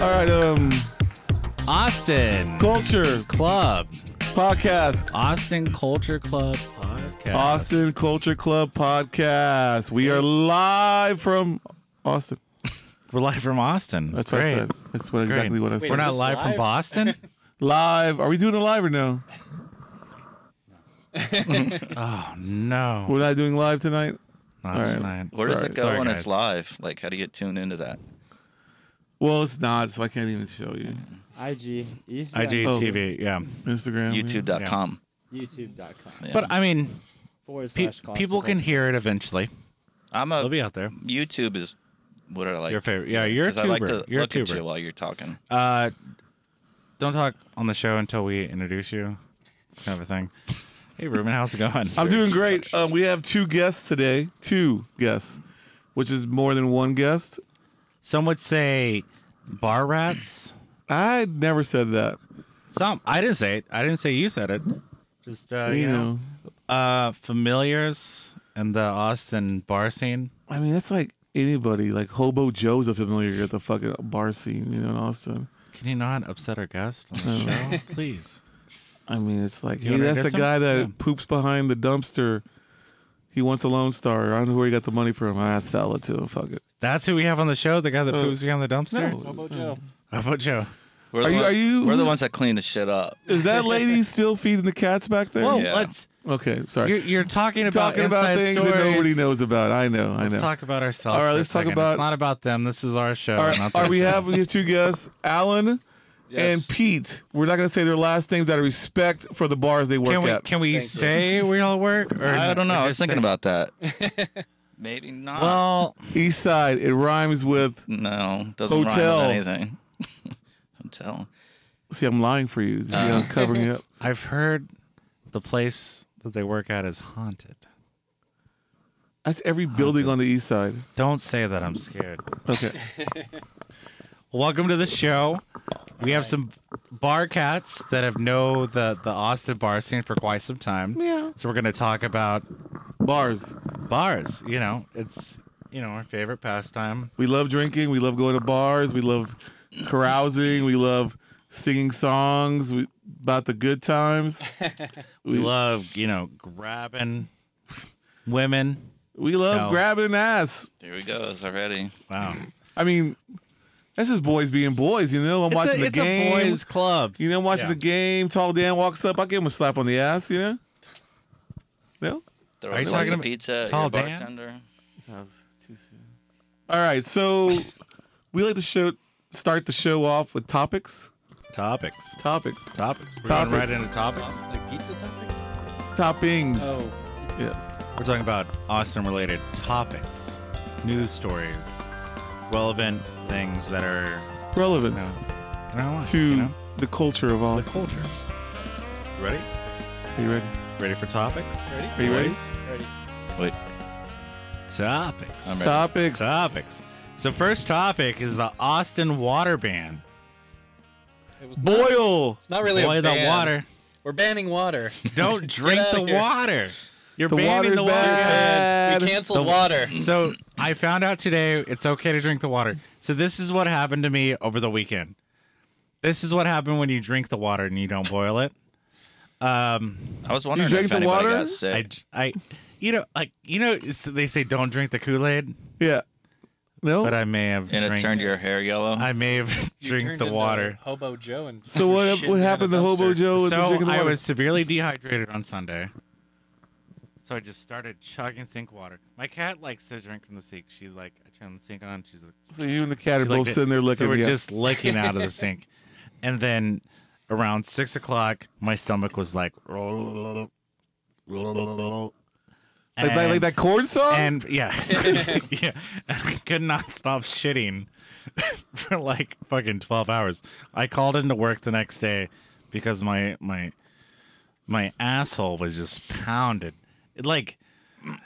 All right, um, Austin culture Club. podcast. Austin Culture Club podcast. Austin Culture Club podcast. We are live from Austin. We're live from Austin. That's what I said. That's what exactly what I said. We're not this live, from live? Boston. live. Are we doing it live or no? no, We're not doing live tonight. not all right. tonight. Where does Sorry, it go sorry, when guys. it's live? Like, how do you get tuned into that? Well, it's not, so I can't even show you. IG Eastbound Oh. IGTV, yeah. Instagram. yeah. YouTube.com. YouTube.com Yeah. But I mean, forward pe- slash cost people of can us. hear it eventually. I'm They'll a be out there. YouTube is what I like. Your favorite, yeah. You're a 'Cause I like to tuber. You're a look at you tuber. while you're talking. Uh, don't talk on the show until we introduce you. It's kind of a thing. Hey, Ruben, how's it going? I'm doing great. Um, we have two guests today. Two guests, which is more than one guest. Some would say bar rats. I never said that. Some I didn't say it. I didn't say you said it. Just uh, you know. uh, familiars and the Austin bar scene. I mean, that's like anybody. Like Hobo Joe's a familiar at the fucking bar scene, you know, in Austin. Can you not upset our guest on the Oh. show, please? I mean, it's like, You hey, wanna that's the introduce him? guy that Yeah. poops behind the dumpster. He wants a Lone Star. I don't know where he got the money from. I sell it to him. Fuck it. That's who we have on the show. The guy that poops behind the dumpster. Oh. No. Bobo Joe. How about Joe? We're Are the you- one- are you- We're the who's- ones that clean the shit up. Is that lady still feeding the cats back there? Whoa, Yeah. let's. Okay, sorry. You're, you're talking about talking about inside things stories. that nobody knows about. I know. I know. Let's talk about ourselves. All right, for a let's talk second. about- It's not about them. This is our show. All not right, their are we show. have we have two guests, Alan and Pete. We're not gonna say their last names out of respect for the bars they work Can we at. can we Thank you. say we all work? Or I don't know. I we're was just thinking saying- about that. Maybe not. Well, East Side. It rhymes with. no, doesn't Hotel. rhyme with anything. hotel. See, I'm lying for you. See, I was covering it up. I've heard the place that they work at is haunted. That's every building on the east side. Don't say that. I'm scared. Okay. Welcome to the show. We have some bar cats that have know the the Austin bar scene for quite some time. Yeah. So we're gonna talk about Bars. bars. You know, it's you know our favorite pastime. We love drinking. We love going to bars. We love carousing. We love singing songs we, about the good times. We love you know grabbing women. We love No. grabbing ass. There we go. It's already. Wow. I mean, that's just boys being boys, you know? I'm it's watching a, the it's game. a boys' club. You know, I'm watching Yeah. the game. Tall Dan walks up. I give him a slap on the ass, you know? No? There Are you was talking a about pizza. Tall your Dan? bartender. That was too soon. All right. So we like to show, start the show off with topics. Topics. Topics. Topics. We're going right Topics. into topics. Like pizza toppings? Toppings. Oh, Yes. We're talking about Austin related topics, news stories, relevant things that are Relevant you know, in our life, to you know? the culture of the Austin. culture. You ready? Are you ready? Ready for topics? Ready? Are you ready? Boys? ready. Wait. Topics. I'm ready. Topics. Topics. So first topic is the Austin water ban. It was Not, Boil. it's not really Boy, a the ban. water. We're banning water. Don't drink outta the here. water. You're The banning water's the water. bad. we canceled water. So I found out today it's okay to drink the water. So this is what happened to me over the weekend. This is what happened when you drink the water and you don't boil it. Um, I was wondering drank if the anybody water? got sick. I, I, you know, like you know, it's- they say don't drink the Kool Aid, Yeah. No. but I may have and it drank- turned your hair yellow. I may have You drank turned the into water. Hobo Joe and so what? shit What down happened a to Hobo dumpster. Joe? with the So drinking the I water? was severely dehydrated on Sunday. So I just started chugging sink water. My cat likes to drink from the sink. She like I turn the sink on. She's like, So you and the cat are She liked both it. sitting there looking. So we're yeah. just licking out of the sink, and then around six o'clock, my stomach was like, and, like, like, like that corn song. and yeah, yeah, I could not stop shitting for like fucking twelve hours. I called into work the next day because my my my asshole was just pounded. It, like,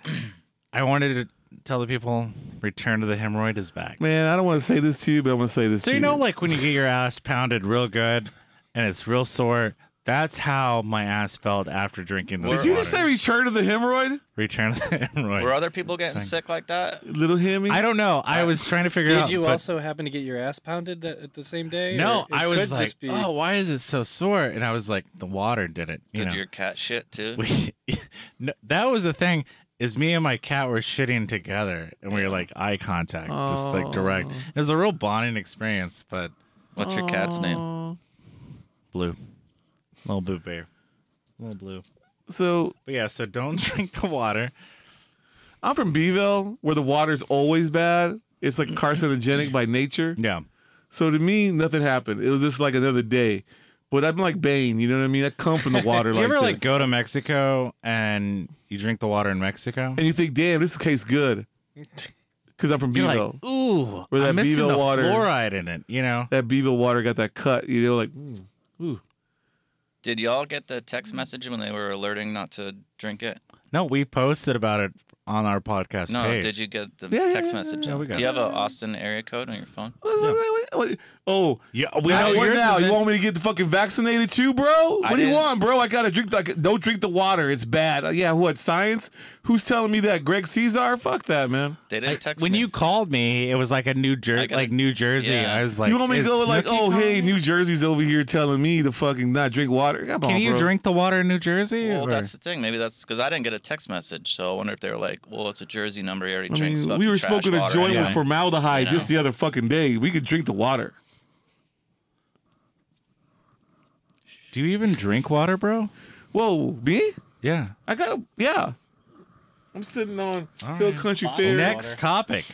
I wanted to tell the people, return to the hemorrhoid is back. Man, I don't want to say this to you, but I'm gonna say this. So to you know, like when you get your ass pounded real good and it's real sore, That's how my ass felt after drinking this. Did you just say water. return of the hemorrhoid? return of the hemorrhoid? Were other people getting fine. sick like that? Little hemi? I don't know. Uh, I was trying to figure it Did out. you but also happen to get your ass pounded that, at the same day? No, Or it I was could like, just be, oh, why is it so sore? And I was like, the water did it. You Did know, your cat shit too? we, no, that was the thing. Is me and my cat were shitting together, and we were like eye contact, just like direct. Oh. It was a real bonding experience, but What's your cat's name? Aw. blue, little blue bear, little blue. So But yeah, so don't drink the water. I'm from Beeville, where the water's always bad. It's like carcinogenic by nature. Yeah, So to me, nothing happened. It was just like another day. But I'm like Bane, you know what I mean? I come from the water do like you ever like this. go to Mexico and you drink the water in Mexico? and you think, damn, this tastes good. Because I'm from You're Beeville. like, ooh, Where that I'm missing Bevo the water- fluoride in it. You know, that Beeville water got that cut. You know, like, mm, ooh. Did y'all get the text message when they were alerting not to drink it? No, we posted about it on our podcast No, page. did you get the Yeah, yeah, text yeah, message? yeah, we got Do you it. have an Austin area code on your phone? Oh, Yeah, we we know know yours now. is You in- want me to get the fucking vaccinated too, bro? I What do you didn't- want, bro? I gotta drink. The, don't drink the water. It's bad. Uh, Yeah, what science? Who's telling me that? Greg Caesar? Fuck that, man. They didn't text when me. you called me, it was like a New I Jersey, got- like New Jersey. yeah. I was like, you want me to is go like, Nookie oh hey, calling? New Jersey's over here telling me to fucking not drink water? Come Can on, you bro. drink the water in New Jersey? Well, or- that's the thing. Maybe that's because I didn't get a text message, so I wonder if they were like, "Well, it's a Jersey number. He already I drinks." mean, fucking we were trash smoking a water joint anyway." with formaldehyde You just the other fucking day. We could drink the water. Do you even drink water, bro? Whoa, me? Yeah. I got to yeah. I'm sitting on All Hill right. Country Bottle Fair. Next water. topic.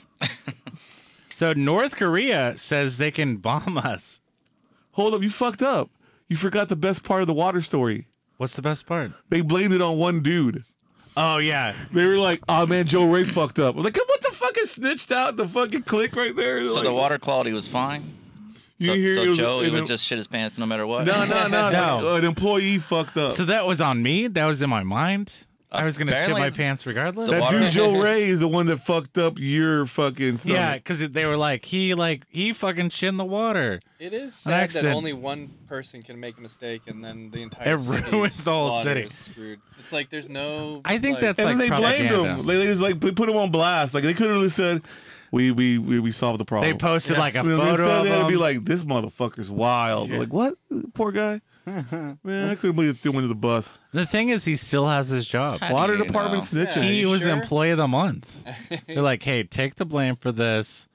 so North Korea says they can bomb us. Hold up, you fucked up. You forgot the best part of the water story. What's the best part? They blamed it on one dude. Oh yeah, They were like, "Oh man, Joe Ray fucked up." I was like, "What the fuck is snitched out the fucking click right there?" So Like, the water quality was fine. You So, hear so it was- Joe, he and would it- just shit his pants no matter what. no, no, no, no. No. An employee fucked up. so that was on me. That was in my mind. I was gonna shit Apparently, my pants regardless. the that water- dude Joe Ray is the one that fucked up your fucking stomach. yeah, because they were like, he like he fucking shit in the water. It is An sad that accident. only one person can make a mistake, and then the entire It city's ruins the whole water city. is Screwed. It's like there's no. I think like, that's and then like they blamed propaganda. him. They, they just like put put him on blast. Like they could have said, "We we we we solved the problem." They posted like a You know, photo instead of they had to him. be like, "This motherfucker's wild." Like what? Poor guy. Man, I couldn't believe they threw him under the bus. the thing is, he still has his job. How do Water you department know? snitching. Yeah. He you was the sure? employee of the month. They're like, hey, take the blame for this.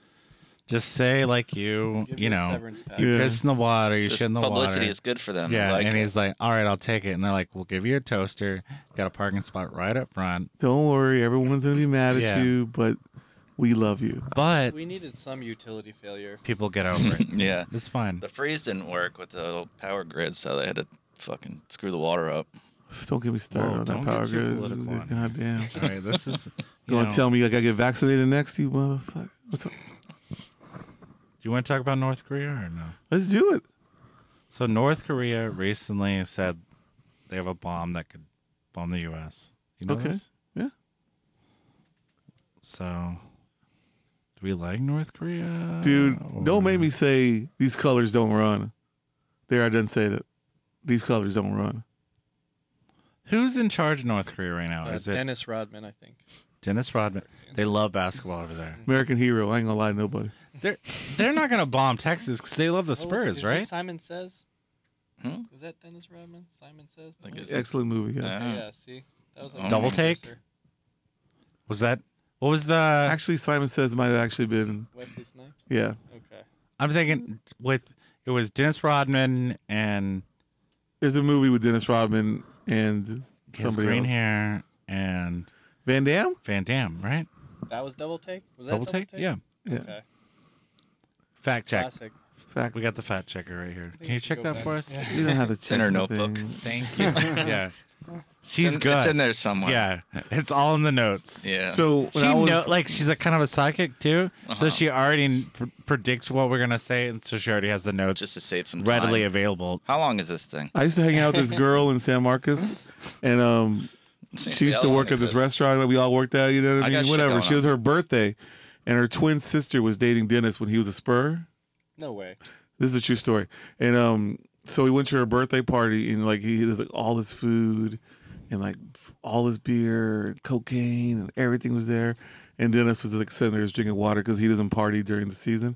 Just say like you, Give you me a know, severance package. you Yeah. pissed in the water, you This shit in the publicity water. is good for them. yeah, Like, and he's like, all right, I'll take it. And they're like, we'll give you a toaster. Got a parking spot right up front. Don't worry, everyone's gonna be mad at Yeah. you, but we love you. But We needed some utility failure. people get over it. yeah. It's fine. The freeze didn't work with the power grid, so they had to fucking screw the water up. Don't get me started Whoa, on don't that power get too grid. political on me. God damn. All right, this is. You, You want know- to tell me I gotta get vaccinated next, you motherfucker? What's up? You want to talk about North Korea or no? Let's do it. So North Korea recently said they have a bomb that could bomb the U.S. You know Okay. this? Yeah. So, do we like North Korea, Dude, or- don't make me say these colors don't run. There, I didn't say that. These colors don't run. Who's in charge of North Korea right now? Uh, Oh, Is it Dennis, Dennis Rodman, I think. Rodman? They love basketball over there. American hero. I ain't gonna lie to nobody. They're they're not gonna bomb Texas because they love the What was it? Is Spurs, it right? Simon Says. Hmm? Was that Dennis Rodman? Simon Says. Think it's- Excellent movie. Yes. Yeah. Yeah. See, that was a Double uh, take? producer. Was that what was the? Actually, Simon Says might have actually been. Wesley Snipes. Yeah. Okay. I'm thinking with it was Dennis Rodman and There's a movie with Dennis Rodman and his somebody green else. hair and Van Damme. Van Damme, right? That was double take. Was that Double take? Yeah. Yeah. Okay. Fact check. Classic. Fact. We got the fact checker right here. think Can we you should check go that back. for us? Yeah. You don't have to check It's in her nothing. notebook. Thank you. Yeah. It's She's in- good. It's in there somewhere. Yeah. It's all in the notes. Yeah. So She when I was, know like she's a kind of a psychic too, so Uh-huh. she already pr- predicts what we're gonna say, and so she already has the notes just to save some time. readily available. How long is this thing? I used to hang out with this girl in San Marcos, and um, she used to work at this restaurant that we all worked at. You know what I I got mean? shit Whatever. going She on. was her birthday, and her twin sister was dating Dennis when he was a Spur. No way. This is a true story, and um, so we went to her birthday party and like he was like all this food and like f- all his beer and cocaine and everything was there and dennis was like sitting there just drinking water because he doesn't party during the season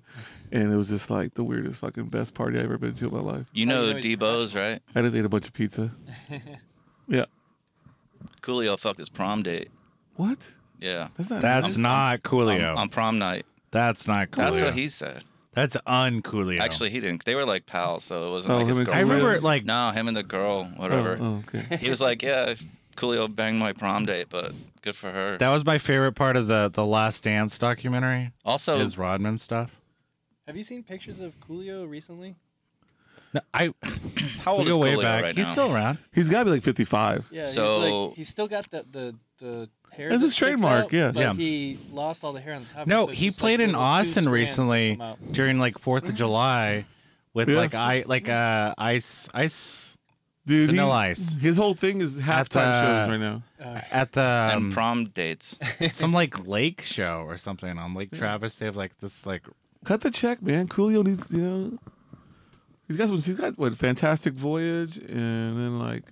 and it was just like the weirdest fucking best party i've ever been to in my life You How do know you know he's Debo's, right? i just ate a bunch of pizza yeah Coolio fucked his prom date. what Yeah. that's not That's not Coolio. On, on prom night. That's not Coolio. That's That's, what he said. uncoolio. Actually, he didn't. They were like pals, so it wasn't Oh, like his him and I girlfriend. remember Really? like No, him and the girl, Oh, whatever. oh, okay He was like, yeah, Coolio banged my prom date, but good for her. that was my favorite part of the the Last Dance documentary. also, Is Rodman stuff? Have you seen pictures of Coolio recently? No, I how we old is go way Coolio back. right He's now? still around. he's got to be like 55 Yeah, he's So- like he's still got the the the hair. That's that his sticks trademark, out, yeah. but Yeah. He lost all the hair on the top. No, so it's he just, like, played in little two strands Austin that recently come out. during like Fourth of July with Yeah. like I like uh ice ice dude Vanilla he, Ice. his whole thing is halftime uh, shows right now Uh, at the And um, prom dates. some like lake show or something on Lake Travis. They have like this like cut the check man coolio needs you know he's got some he's got what fantastic voyage and then like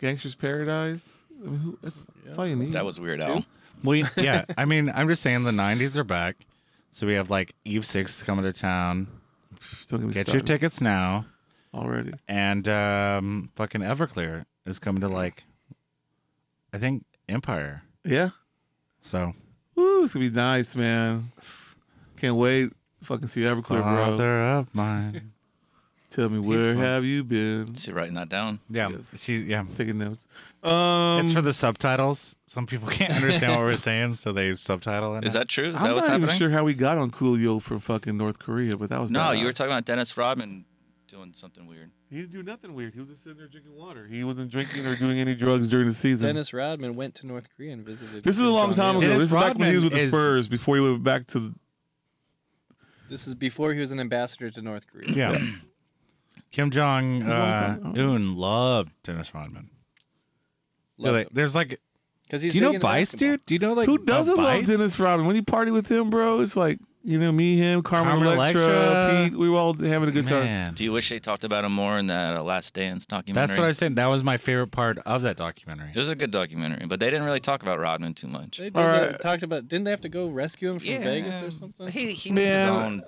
gangster's paradise I mean, who, that's, that's all you need That was Weird Al. we yeah. I mean, I'm just saying the '90s are back, so we have like Eve Six coming to town. Don't get me Get your started tickets now, already and um, fucking Everclear is coming to like, I think Empire. yeah So Woo, it's gonna be nice man can't wait fucking see everclear bro father of mine. tell me where fun. have you been She's writing that down. Yeah, Yes. she yeah. taking notes um It's for the subtitles. Some people can't understand what we're saying, so they subtitle it. Is that true? Is that i'm what's not even happening? sure how we got on coolio from fucking north korea but that was No, you were badass. talking about Dennis Rodman doing something weird. he didn't do nothing weird he was just sitting there drinking water he wasn't drinking or doing any drugs during the season Dennis Rodman went to North Korea and visited. This is a Kim long time Jong-il. ago. Dennis this is back when he was with the Rodman is- Spurs before he went back to. The, This is before he was an ambassador to North Korea. Yeah. Kim Jong a long uh, time. Oh. Un loved Dennis Rodman. Yeah, like, there's like, Because he's do you big know into Vice, basketball. dude? Do you know like who a doesn't love Vice? Dennis Rodman? When you party with him, bro, it's like you know me, him, Carmen, Carmen Electra, Electra. Pete. We were all having a good time. Man, Do you wish they talked about him more in that uh, Last Dance documentary? that's what I was saying. That was my favorite part of that documentary. It was a good documentary, but they didn't really talk about Rodman too much. They did All that- right. talked about. Didn't they have to go rescue him from Vegas or something? He he needs Man. his own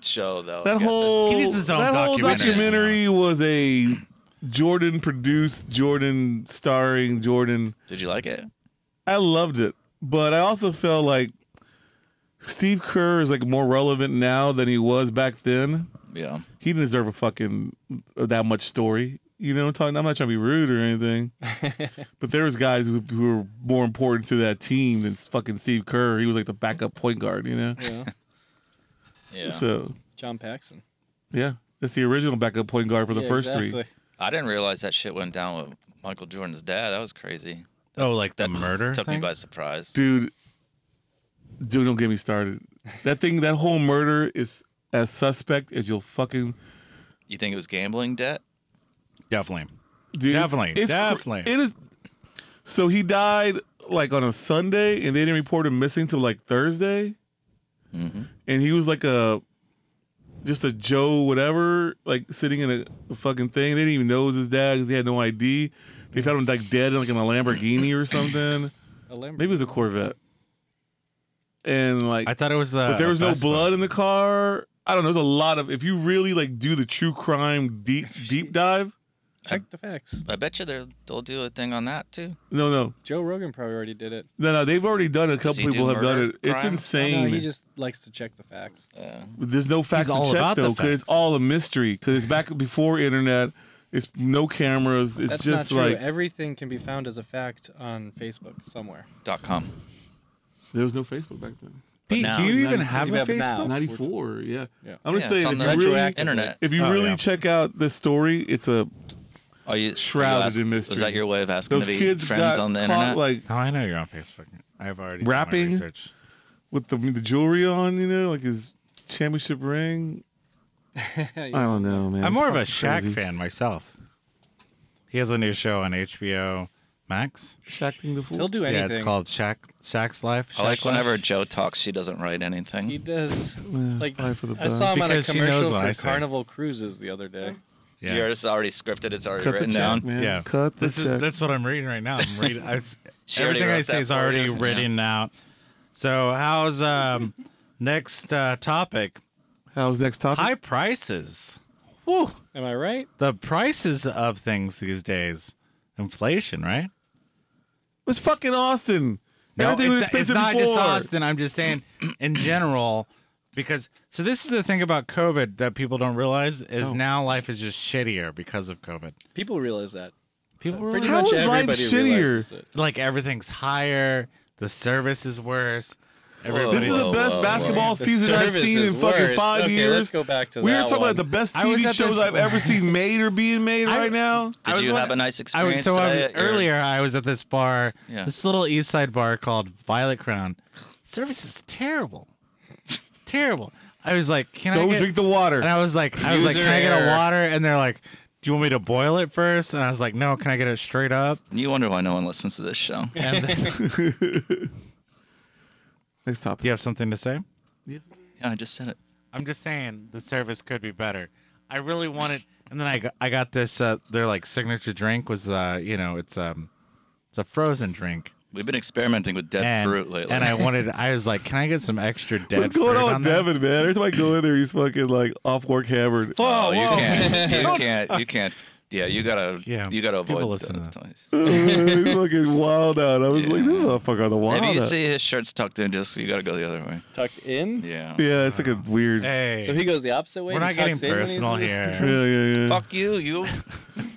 show though. I That guess. whole He needs his own that whole documentary. documentary was a Jordan produced, Jordan starring, Jordan. Did you like it? I loved it, but I also felt like Steve Kerr is like more relevant now than he was back then. Yeah. he didn't deserve a fucking uh, that much story. You know what I'm talking? I'm not trying to be rude or anything, but there was guys who, who were more important to that team than fucking Steve Kerr. He was like the backup point guard, you know. Yeah. Yeah. So John Paxson. yeah, that's the original backup point guard for the Yeah, first exactly. three. I didn't realize that shit went down with Michael Jordan's dad. That was crazy. Oh, like the That murder Took thing? me by surprise. Dude, dude, don't get me started. That thing, that whole murder is as suspect as you'll fucking. You think it was gambling debt? Definitely. Dude, it's- Definitely, it's, cr- definitely. It is. So he died like on a Sunday, and they didn't report him missing till like Thursday. Mm-hmm. and he was like a just a Joe whatever, like sitting in a fucking thing. They didn't even know it was his dad because he had no ID. They found him like dead in like in a Lamborghini or something. A Lamborghini. Maybe it was a Corvette. And like, I thought it was uh, the. but there was no Vespa. blood in the car. I don't know. There's a lot of if you really like do the true crime deep deep dive. Check the facts. I bet you they'll they'll do a thing on that too. No, no, Joe Rogan probably already did it. no, no. They've already done it. A couple he do people have done it. murder It's crime? No, insane. he just likes to check the facts. Yeah. There's no facts all to check about the though, because it's facts. all a mystery. Because it's back before internet. It's no cameras. It's That's just not true. like Everything can be found as a fact on Facebook somewhere. Dot com. there was no Facebook back then. Pete, now- do you even Nice. have You a have now. Facebook? We're- 94, yeah. Yeah. I'm just Oh, saying, Yeah, it's on if the you really, retroactive. Internet. if you Oh, really yeah. check out the story, it's a Are you Shrouded you ask- in Was mystery. that your way of asking those to be kids friends got on the caught internet? like Oh, I know you're on Facebook. I've already done my Rapping? research. with the the jewelry on, you know, like his championship ring. I don't know, man. I'm It's more of a fucking Shaq crazy. fan myself. He has a new show on HBO Max. Shaq thing the fool. He'll do Yeah, anything. it's called Shaq Shaq's Life. I like Shaq Life. whenever Joe talks, she doesn't write anything. He does. Yeah, like probably for the I saw him on a Because she knows commercial what I for say. Carnival Cruises the other day. Yeah. The artist's already scripted. It's already Cut the written check, down. man. Yeah. Cut the This is check. that's what I'm reading right now. I'm reading. I, She already everything I wrote say that is for already you. Yeah. written out. So how's um next uh, topic? How's next topic? High prices. Woo. Am I right? The prices of things these days. Inflation, right? It was fucking Austin. No, Everything it's, was not- it's expensive not before. just Austin. I'm just saying in general, because so this is the thing about COVID that people don't realize is Oh. now life is just shittier because of COVID. People realize that. People Pretty How realize much is life everybody shittier? realizes it. like everything's higher, the service is worse. Everybody, This is the Whoa, best whoa, basketball whoa. The season I've service seen is in fucking worse. five Okay, years. Let's go back to we that were talking one. about the best I was TV at shows this- I've ever seen made or being made I- right now. I Did was you have wondering- a nice I was experience so I was, today, or- earlier. I was at this bar, Yeah. this little East Side bar called Violet Crown. Service is terrible, terrible. I was like, "Can I Go get-" drink the water. And I was like, "I was like, User can I get a error. water?" And they're like, "Do you want me to boil it first? And I was like, "No, can I get it straight up?" You wonder why no one listens to this show. And then, Next topic. do you have something to say? Yeah, I just said it. I'm just saying the service could be better. I really wanted, and then I got, I got this. Uh, their like signature drink was, uh, you know, it's um, it's a frozen drink. We've been experimenting with dead And, fruit lately. and I wanted, I was like, can I get some extra dead? What's going fruit on on with that?" Devin, man? Every time I go in there, he's fucking like off work hammered. oh, you whoa. can't. You can't. You can't. Yeah, you gotta. Yeah, you gotta people avoid. listen the- to he's fucking wild out. I was like, this motherfucker on the wild Maybe you out. see his shirt's tucked in. Just you gotta go the other way. tucked in. Yeah. yeah, it's like a weird. Hey, So he goes the opposite way. we're He not getting tucks in when he's personal in the- Yeah, here. yeah, yeah. Fuck you. You.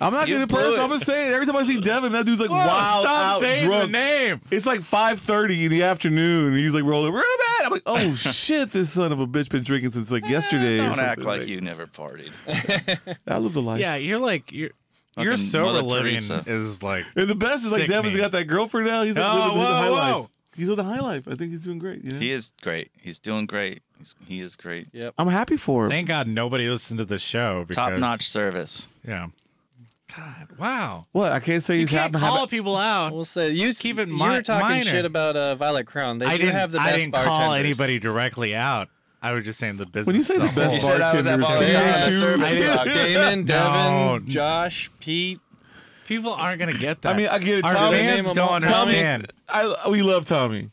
I'm not You getting blew personal. it. I'm just saying. Every time I see Devin, that dude's like Whoa, wild stop out, saying drunk. the name. It's like 5:30 in the afternoon. And he's like rolling, Ruben. I'm like, oh shit, this son of a bitch been drinking since like yesterday. or Eh, Don't act something. like you never partied. I live the life. Yeah, you're like you're. Your Fucking sober Mother living Teresa. is like And the best is like Sickening. Devin's got that girlfriend now. He's like Oh, living the high whoa, life. whoa. He's on the high life. I think he's doing great. You know? He is great. He's doing great. He's, he is great. Yep. I'm happy for him. thank God nobody listened to the show. Because, Top notch service. Yeah. God, wow. what? I can't say You he's can't happy. call people out. We'll say you Keep it you mi- were talking minor. shit about uh, Violet Crown. They I do didn't. have the best I didn't bartenders. call anybody directly out. I was just saying the business. When you say the as a best You whole. said I was at bartenders, Valley can Island you? service I dock. didn't- Uh, Damon, No. Devin, Josh, Pete. people aren't gonna get that. I mean, I get it. our Tommy- fans Name 'em don't all. Tommy- understand. I, we love Tommy.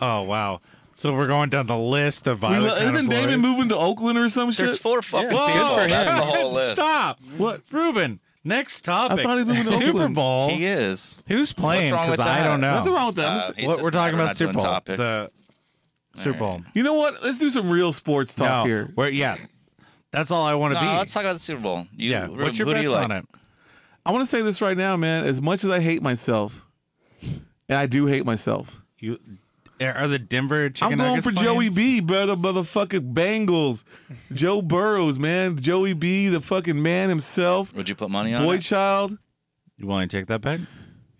Oh wow. So we're going down the list of We violent. lo- kind of isn't Damon boys. moving to Oakland or some There's shit? four fucking Yeah. people. Good for That's him. the whole list. Stop. What, Ruben? Next topic. I thought he was moving to Super Oakland. Bowl. He is. Who's playing? wrong Because with I that? don't know. Nothing wrong with that. I'm Uh, just- he's what just we're talking not- we're about not Super doing Bowl. topics. The Super Bowl. you know what? Let's do some real sports talk no, here. We're, yeah. That's all I want to No, be. let's talk about the Super Bowl. You, yeah. who- What's your who do bets you like? on it? I want to say this right now, man. As much as I hate myself, and I do hate myself, You eh, are the Denver chicken I'm going Nuggets for playing? Joey B, brother, motherfucking Bengals. Joe Burrows, man. Joey B, the fucking man himself. Would you put money on Boy it? child. You want to take that bet?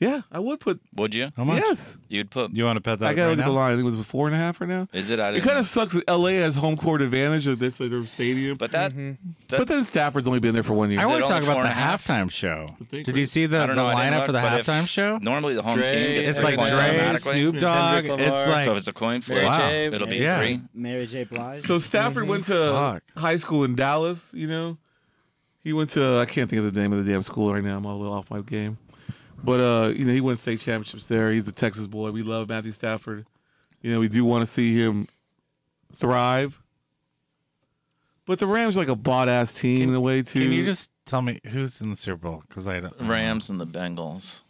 Yeah, I would put. Would you? How much? Yes. You'd put. You want to bet that? I got to right look at the now? line. I think it was four and a half right now. Is it? I It didn't, kind of sucks that LA has home court advantage of this their stadium. But, But that. that but then Stafford's only been there for one year. I it want to only talk four about the and a half? halftime show. think Did you see the, I the don't know. I didn't lineup look, for the but if- halftime show? Normally the home Dre- team gets It's three like points Dre, automatically. Snoop Dogg. Kendrick It's Lamar. like so if it's a coin flip, Mary Wow. J. it'll be Yeah. three. Mary J. Blige. Mm-hmm. So Mm-hmm. Stafford went to Fuck. high school in Dallas, you know. He went to I can't think of the name of the damn school right now. I'm all off my game. But uh, you know, he won state championships there. He's a Texas boy. We love Matthew Stafford. You know, we do want to see him thrive. But the Rams are like a bought ass team in a way too. Can you just tell me who's in the Super Bowl? Because I don't. Rams and the Bengals.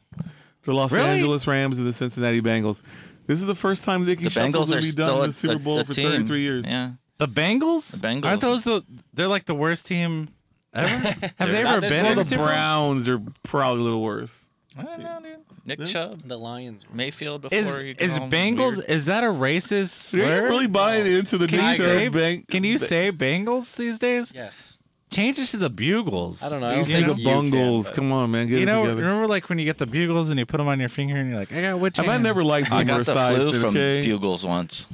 the Los Really? Angeles Rams and the Cincinnati Bengals. This is the first time they can The shuffle Bengals to are be done still in the a- Super a- Bowl a for team. 33 years. Yeah. The Bengals? The Bengals. Aren't those the? They're like the worst team ever. Have they They're ever not- been they're in Well, the the Super Bowl? Browns are probably a little worse. I don't know, dude. Nick Yeah. Chubb, The Lions. Mayfield before Is you is call him Bengals? weird. Is that a racist You're slur? really buying into the Can new you say term bank. Can you say Bengals these days? Yes. Change it to the Bugles. I don't know. I You don't say think the you can, bungles. but- Come on, man. Get You it know, together. remember like when you get the Bugles and you put them on your finger and you're like, I got which? I might never like I boomer got the size. flu from okay? Bugles once.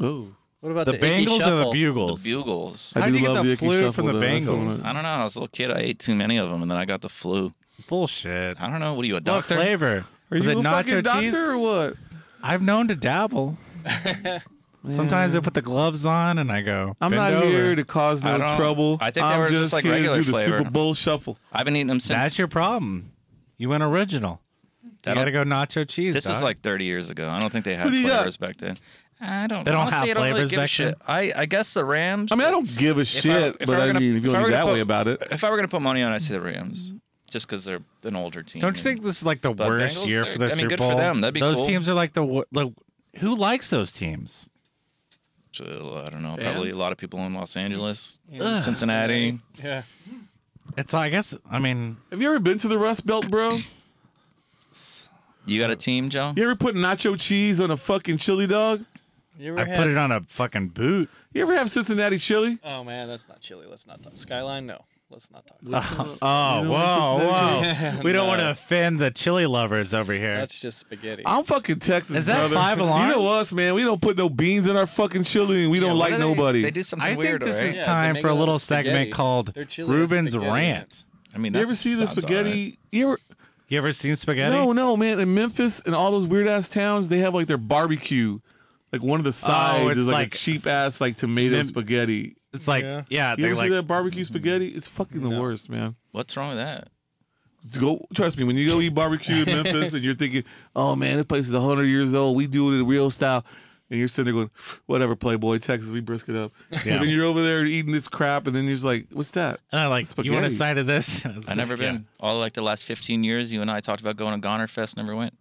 Oh, What about the the, Icky Bengals or the Shuffle? Bugles. Bugles. I How'd do you get love the the Icky flu Shuffle, from the though. That's Bengals? what I don't know. I was a little kid. I ate too many of them, and then I got the flu. Bullshit. I don't know. What are you, a What doctor? flavor? Are Was you it a fucking nacho doctor cheese? or what? I've known to dabble. Sometimes I put the gloves on and I go. I'm "Bend not over." here to cause I no don't- trouble. I think they am were just like here regular to do flavor. the Super Bowl shuffle. I've been eating them since. That's your problem. You went original. You That'll- gotta go nacho cheese. This is dog. like 30 years ago. I don't think they had What do you got? flavors back then. I don't. They don't honestly, have I don't really flavors give a back shit. then? I I guess the Rams. I mean, I don't give a shit, if I but were I, gonna- mean, if you if want to I were be that way gonna put- about it, If I were gonna put money on, I'd say the Rams, just because they're an older team. Don't you and- think this is like the But worst Bengals year are- for the I mean, Super good for Bowl? them. That'd be Those cool. teams are like the wor- like who likes those teams? Uh, I don't know. Fans? Probably a lot of people in Los Angeles, Yeah. Ugh. Cincinnati. Yeah. It's I guess I mean have you ever been to the Rust Belt, bro? You got a team, Joe? You ever put nacho cheese on a fucking chili dog? You ever I had? put it on a fucking boot. You ever have Cincinnati chili? Oh man, that's not chili. Let's not talk. Skyline, no. Let's not talk. Oh, You don't whoa, like whoa! We don't want to No. offend the chili lovers over here. That's just spaghetti. I'm fucking Texas. Is that brother. Five Alarm? You know us, man. We don't put no beans in our fucking chili, and we Yeah, don't what like do they- nobody. They do something I weird, think this right? is Yeah, time they for a make a little little segment spaghetti. called Their chili with Ruben's spaghetti in Rant. I mean, you that ever see the sounds all spaghetti? right. You ever? You ever seen spaghetti? No, no, man. In Memphis and all those weird ass towns, they have like their barbecue. Like one of the sides it's is like, like- a cheap ass like tomato Mem- spaghetti. It's like yeah, Yeah. You they ever like see that barbecue spaghetti? It's fucking the worst, man. What's wrong with that? Go trust me when you go eat barbecue in Memphis and you're thinking, "Oh man, this place is 100 years old. We do it in real style." And you're sitting there going, "Whatever, Playboy, Texas, we brisket up." Yeah. And then you're over there eating this crap, and then you're just like, "What's that?" and I like you want a spaghetti. side of this? And it's I've never like, yeah. been. All like the last 15 years, you and I talked about going to Goner Fest. Never went.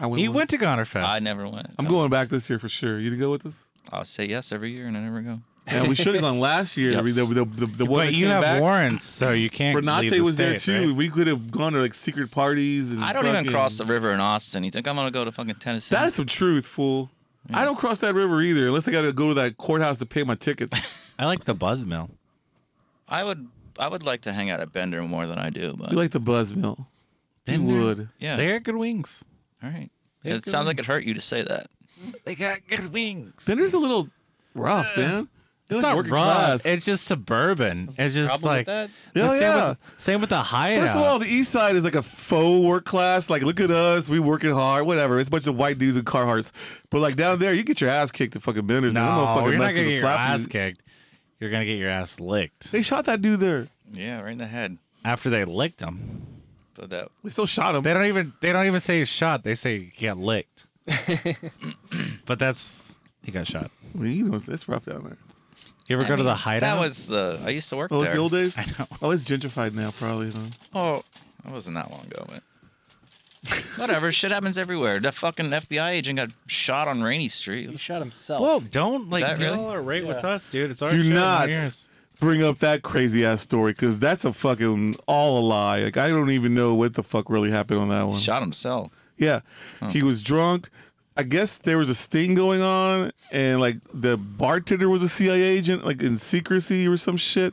I went He once. went to Goner Fest. I never went. I'm No. going back this year for sure. You to go with us? I'll say yes every year, and I never go. Yeah, we should have gone last year. I mean, the, Yes. the, the, the one But that you came have back, warrants, so you can't. leave Renate the was there state, too. right? We could have gone to like secret parties and. I don't even Mm. fucking- cross the river in Austin. You think I'm gonna go to fucking Tennessee? That is some truth, fool. I don't cross that river either, unless I got to go to that courthouse to pay my tickets. I like the buzz mill. I would. I would like to hang out at Bender more than I do, but you like the buzz mill? You Been there. would. yeah. They got good wings. All right. They have It good sounds like it wings. hurt you to say that. They got good wings. Bender's a little rough, man. They're like It's not rough. working class. It's just suburban. It's just Problem like with that? Hell same, yeah. with, same with the hideout. First of all, the East Side is like a faux work class. Like, look at us, we working hard, whatever. It's a bunch of white dudes in Carhartts. But like down there, you get your ass kicked at fucking Bender's. no, man. Them motherfucking you're not Mexicans gonna get your slap you. ass kicked. You're gonna get your ass licked They shot that dude there. Yeah, right in the head. after they licked him. But that They still shot him. They don't even they don't even say shot. They say he got licked. but that's he got shot. I mean, you know, that's rough down there. You ever I go to mean, the hideout? That was the I used to work Oh, there. it's the old days. I know. Oh, it's gentrified now, probably. You know. Oh, that wasn't that long ago, but whatever. Shit happens everywhere. That fucking FBI agent got shot on Rainy He Street. shot himself. Whoa! Don't like that really? y'all are right with Yeah. us, dude. It's our Do shit in our not ears. bring up that crazy ass story because that's a fucking all a lie. Like I don't even know what the fuck really happened on that one. Shot himself. Yeah, he was drunk. I guess there was a sting going on, and like the bartender was a CIA agent, like in secrecy or some shit.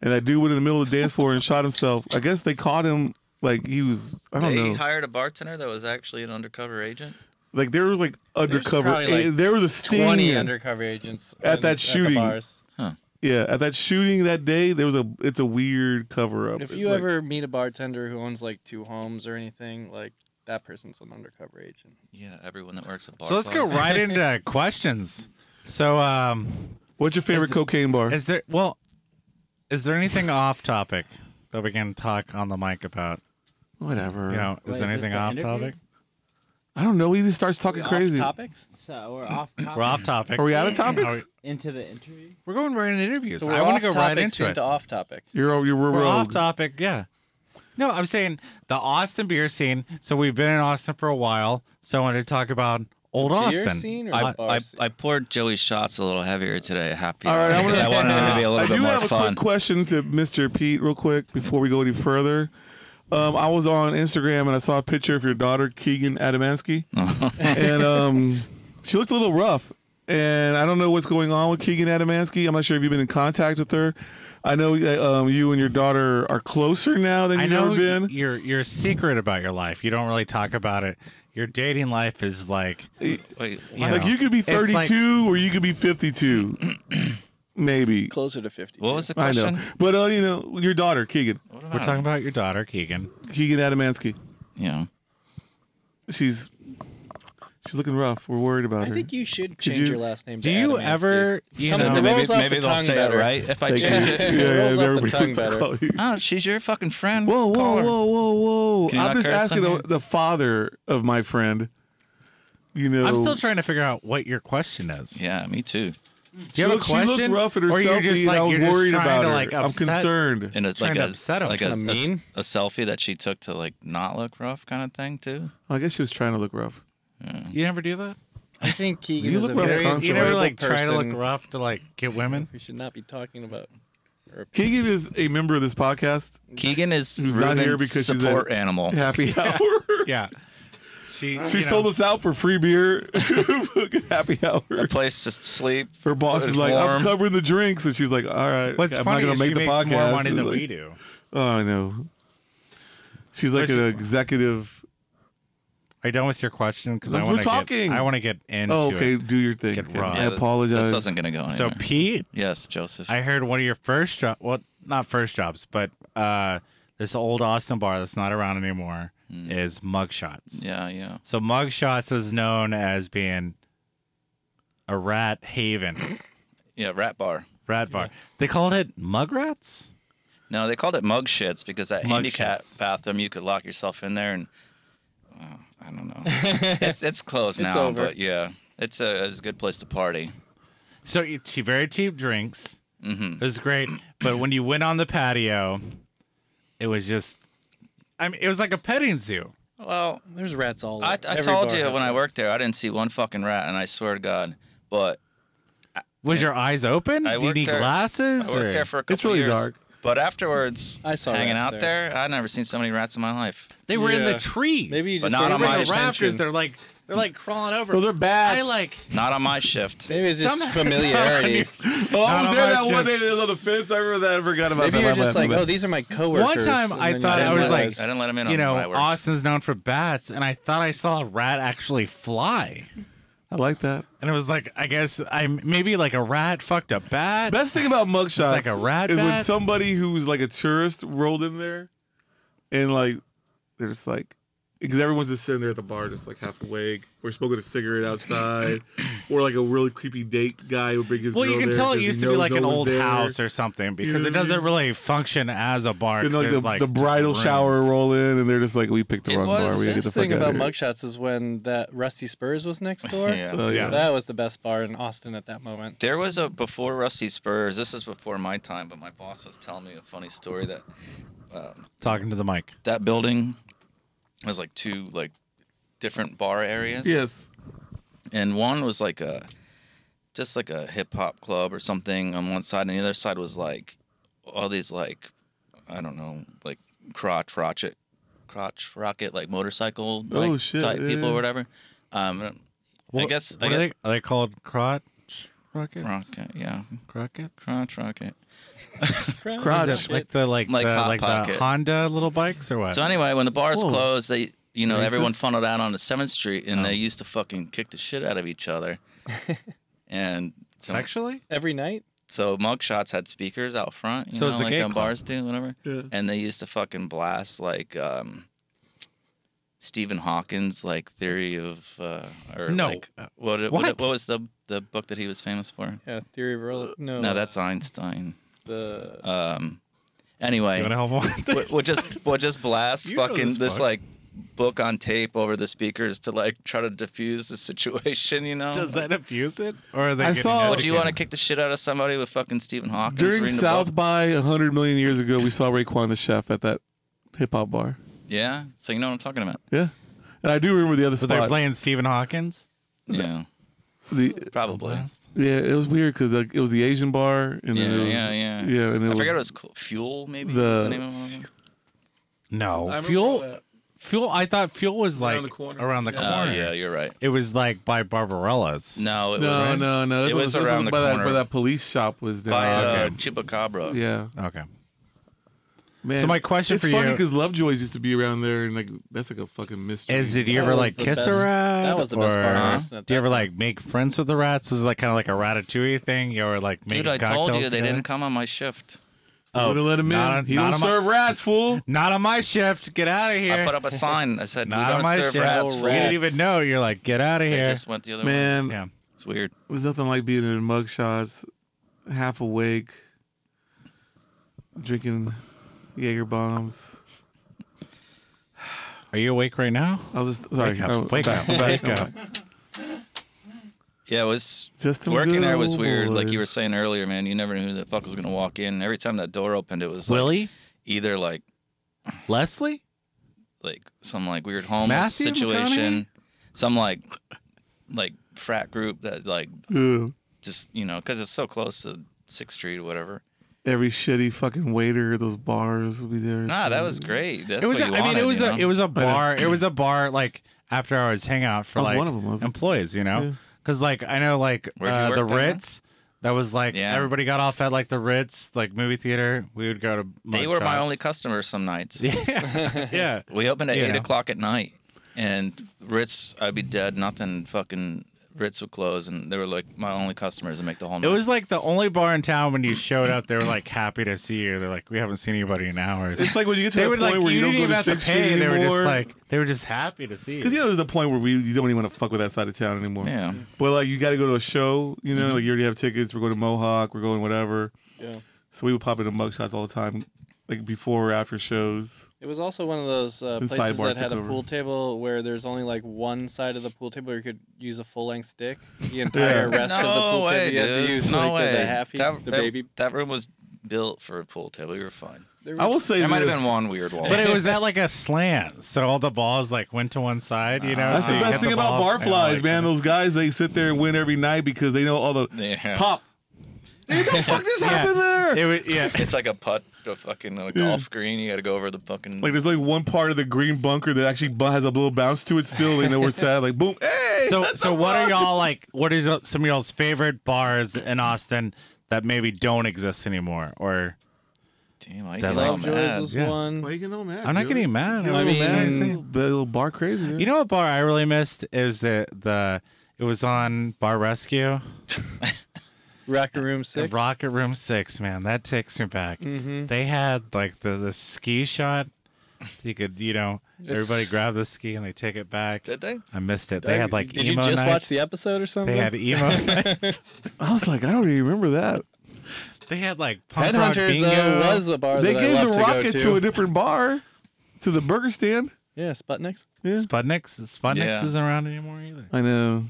And that dude went in the middle of the dance floor and shot himself. I guess they caught him. Like he was, I don't They know. hired a bartender that was actually an undercover agent. like there was like undercover. Eh, probably, like, there was a sting. Twenty undercover agents At in- that the shooting. bars. Yeah, at that shooting that day, there was a. It's a weird cover up. If you ever meet a bartender who owns like two homes or anything, like that person's an undercover agent. Yeah, everyone that works at bar. So let's go clubs. right into questions. So um, what's your favorite cocaine bar? is there well, is there anything off topic that we can talk on the mic about? Whatever. You know, Wait, is there is this anything the off interview? topic? I don't know. He just starts talking crazy. Off topics. So we're off. Topic. We're off topic. Are we out of Are we- topics? into the interview. We're going right into interviews. So we're I want off to go right topics into it. into off topic. You're you're, We're off rogue. topic, yeah. No, I'm saying the Austin beer scene. So we've been in Austin for a while. So I wanted to talk about old Austin. Beer scene or I, bar I, scene? I poured Joey's shots a little heavier today. Happy. All right, I I, wanna- wanted it to be a I little bit do more have a fun. quick question to Mr. Pete, real quick, before we go any further. Um, I was on Instagram and I saw a picture of your daughter, Keegan Adamansky, and um, she looked a little rough. And I don't know what's going on with Keegan Adamansky. I'm not sure if you've been in contact with her. I know that, um, you and your daughter are closer now than I you've know ever been. you're you're secret about your life. You don't really talk about it. Your dating life is like Wait, you like know, you could be it's like- 32 or you could be 52, maybe. Closer to fifty. what was the I question? know, but uh, you know your daughter, Keegan, What We're about- talking about your daughter, Keegan. Keegan Adamansky. Yeah. She's She's looking rough. We're worried about I her. think you should Could change you- your last name. Do to you Adamanski. ever, you Some of know, the maybe, rolls off maybe the they'll tongue say better. it right if I Thank you. change Yeah, it. yeah, Rolls off the everybody tongue thinks I better. call you. Oh, she's your fucking friend. Whoa, Call whoa, her. whoa, whoa, whoa! Can you I'm not just curse asking on the, here? the father of my friend. You know, I'm still trying to figure out what your question is. Yeah, me too. Do you she have looked- a question? She looked rough at Or herself. you're just and like, I was you're just worried trying about to, her. like, I'm upset- concerned. And it's Trying like to a upset him. like a, Kinda mean. a, a selfie that she took to like not look rough kind of thing too. Oh, I guess she was trying to look rough. You never do that? I think Keegan You is look a rough very constantly. You never like enjoyable try to person look rough to like get women? We should not be talking about. Or Keegan is a member of this podcast. Keegan is Who's not Reuben's here because she's a- support animal. Happy hour. Yeah. She She you sold know, us out for free beer. Fucking happy hour. A place to sleep. Her boss is It's like, I'm warm. covering the drinks, and she's like, All right, What's I'm funny not gonna is make she the makes podcast. more money It's than like, we do. Oh, I know. She's like Where's an your- executive. Are you done with your question? Because I We're want to talking. Get, I want to get into Oh, okay. it. Do your thing. Get Okay, raw. I Yeah, this- apologize. This isn't gonna go anywhere. So Pete, yes, Joseph. I heard one of your first job. Well, not first jobs, but uh, this old Austin bar that's not around anymore is Mugshots. Hmm. yeah, yeah. So Mugshots was known as being a rat haven, Yeah, rat bar. rat bar. They called it Mugrats. No, they called it mug shits because that Mug handicap shits. bathroom you could lock yourself in there and oh, I don't know. it's it's closed It's now, over. but yeah. It's a it's a good place to party. So you- she very cheap drinks. Mhm. It was great, but when you went on the patio, it was just. I mean, it was like a petting zoo. Well, there's rats all. I, over. I Every told bar you has when I rats. worked there, I didn't see one fucking rat, and I swear to God. But Was your eyes open? I Do you worked need there- glasses? I worked or- there for a couple It's really years. dark. But afterwards, I saw hanging rats out there. i never seen so many rats in my life. They were in the Yeah. trees. Maybe you But just not don't on They're my in pay the attention. rafters. They're like they're like crawling over. Those are bats. I like. Not on my shift. Maybe it's just Some- familiarity. Oh, I Not was on there my that one ship. day. They was on the fence. I remember that. I forgot about Maybe that. you're My just bad, like, my oh, bad. these are my coworkers. One time and I then you thought I didn't was like, realize. I didn't let him in. You on know, when I worked. Austin's known for bats, and I thought I saw a rat actually fly, I like that. and it was like, I guess I maybe like a rat fucked a bat. Best thing about mugshots like a rat is when bat. somebody who's like a tourist rolled in there, and like they're just like, because everyone's just sitting there at the bar, just like half awake, or smoking a cigarette outside, or like a really creepy date guy who bring his. well, you girl can there tell it 'cause he used to be knows like no an one's old there. house or something because know it what I doesn't mean? really function as a bar. And 'cause like the, there's, like the just bridal rooms. shower roll in, and they're just like, we picked the It wrong bar. was- We gotta get Best the thing fuck out about of here. mugshots is when that Rusty Spurs was next door. Yeah. Oh, yeah. That was the best bar in Austin at that moment. There was a before Rusty Spurs. This is before my time, but my boss was telling me a funny story that Talking to the mic. that building was like two like different bar areas. Yes. and one was like a just like a hip hop club or something on one side, and the other side was like all these like I don't know like crotch rocket, crotch rocket like motorcycle Oh, like, shit, type yeah, people yeah. or whatever. Um, I What- guess what I are, guess, they, are they called crotch rockets? rocket, yeah, Crockets? crotch rocket. Crotch. Is it like the like, Like the Hot like the Pocket. Honda little bikes or what? So anyway, when the bars Whoa. closed, they you know everyone Racist. funneled out onto Seventh Street, and they used to fucking kick the shit out of each other. and so, Sexually? Every night? so mugshots had speakers out front, you So know, it's a like gay um, club. bars do, whatever. Yeah. And they used to fucking blast like um, Stephen Hawkins, like theory of uh, or No. like, what, what What? what was the the book that he was famous for? Yeah, Theory of Rel- Uh, No, Uh, No, that's Einstein. the. Um, You anyway, want to help one? we'll, we'll just we'll just blast You know fucking this this, fuck. like book on tape over the speakers to like try to diffuse the situation. You know, Does that abuse it? Or are they I getting saw- it would you again? want to kick the shit out of somebody with fucking Stephen Hawking? During South by 100 million years ago, we saw Raekwon the chef at that hip hop bar. Yeah, so you know what I'm talking about. Yeah. And I do remember the other So they're spot. playing Stephen Hawkins? Yeah, the, probably. yeah, it was weird because it was the Asian bar, and Yeah, then it was, yeah, yeah. yeah, and it I was, forget it was called Fuel, maybe. the- was the name of it? No. Fuel Fuel I thought Fuel was like Around the corner. around the corner. Oh, yeah, you're right. It was like by Barbarella's. No, it No, was no, no. It that was that around the by that, corner. by that police shop was there. by Oh, uh, okay. Chupacabra. yeah, Okay. man. So my question it's for funny you- because Lovejoy's used to be around there, and like that's like a fucking mystery. Is did you That ever was like the kiss best- a rat? that was the best part of Or uh, Austin at Do you that ever like make friends with the rats? Was it like kind of like a ratatouille thing? You were like making Dude, I cocktails told you they together? didn't come on my shift. Oh, Wouldn't let him in. not on- he not don't on my- serve rats, fool. Not on my shift. Get out of I here. put up a sign. I said, Not "We on don't my serve shit. rats." No we didn't rats. even know. You're like, get out of They here. just went the other way. Man, Yeah. It's weird. there's nothing like being in mugshots, half awake, drinking Jaeger bombs. Are you awake right now? I was just sorry. Wake up, I- wake back- up, back- wake back. up. Yeah, it was Just some working good there was old weird. Like you were boys. saying earlier, man, you never knew who the fuck was gonna walk in. Every time that door opened, it was like Willie? either like Leslie? like some like weird homeless Matthew situation, some like like frat group that like Ugh. just you know because it's so close to Sixth Street or whatever. every shitty fucking waiter at those bars will be there. Nah, too. that was great. That's it was. What you a- I mean, wanted, it was you a. know? It was a bar. It was a bar like after hours hangout for That was like one of 'em, wasn't it? employees. You Yeah. know, because like I know like Where'd you uh, work the down there? Ritz. That was like Yeah. everybody got off at like the Ritz, like movie theater. We would go to. They mug were my shots. only customers some nights. Yeah, yeah. We opened at You eight know. o'clock at night, and Ritz, I'd be dead. Nothing fucking Ritz would close, and they were like my only customers that make the whole. It night. was like the only bar in town when you showed up. They were like happy to see you. They're like, we haven't seen anybody in hours. It's like when you get to they that would point like where you, don't didn't go even have to to Sixth pay. Street They were just anymore. like they were just happy to see you. Because you know, there's a point where we you don't even want to fuck with that side of town anymore. yeah. But like, you got to go to a show. You know, like you already have tickets. We're going to Mohawk. We're going whatever. Yeah. So we would pop into mugshots all the time, like before or after shows. It was also one of those uh, And places sidebar that had took a over. pool table where there's only like one side of the pool table where you could use a full length stick. The entire rest of the pool table you had dude. to use No like the- the way. halfy, that, the that- baby. That room was built for a pool table. You were fine. There I will was- say There might have this. been one weird wall. But it was at like a slant, so all the balls like went to one side. You know, Ah. That's so the you best hit thing about balls and, barflies, like, man. Those guys they sit there and win every night because they know all the Yeah. pop. Dude, don't fuck this Yeah. happened there. It was, yeah, It's like a putt, a fucking a golf green. You got to go over the fucking. Like there's like one part of the green bunker that actually bu- has a little bounce to it still. They know where it's at. Like boom, hey. so so what are y'all like what is uh, some of y'all's favorite bars in austin that maybe don't exist anymore or Damn, Oh, That I get like- all Lovejoy's mad. was Yeah. Why one. you getting all mad? i'm not Joey? getting mad You I'm know, just I little, saying- man, but a little bar crazy. you know what bar i really missed is the the it was on bar rescue Rocket Room the 6. rocket room six man that takes me back Mhm. they had like the the ski shot you could you know everybody grab the ski and they take it back Did they? i missed it they had like Did emo you just watch nights. the episode or something? they had emo nights. I was like, I don't even remember that. they had like punk rock Headhunters bingo. though was a bar they that gave I the loved to go rocket to. to, a different bar, to the burger stand. yeah, Sputniks. Yeah. Sputniks. Sputniks Yeah. isn't around anymore either. I know.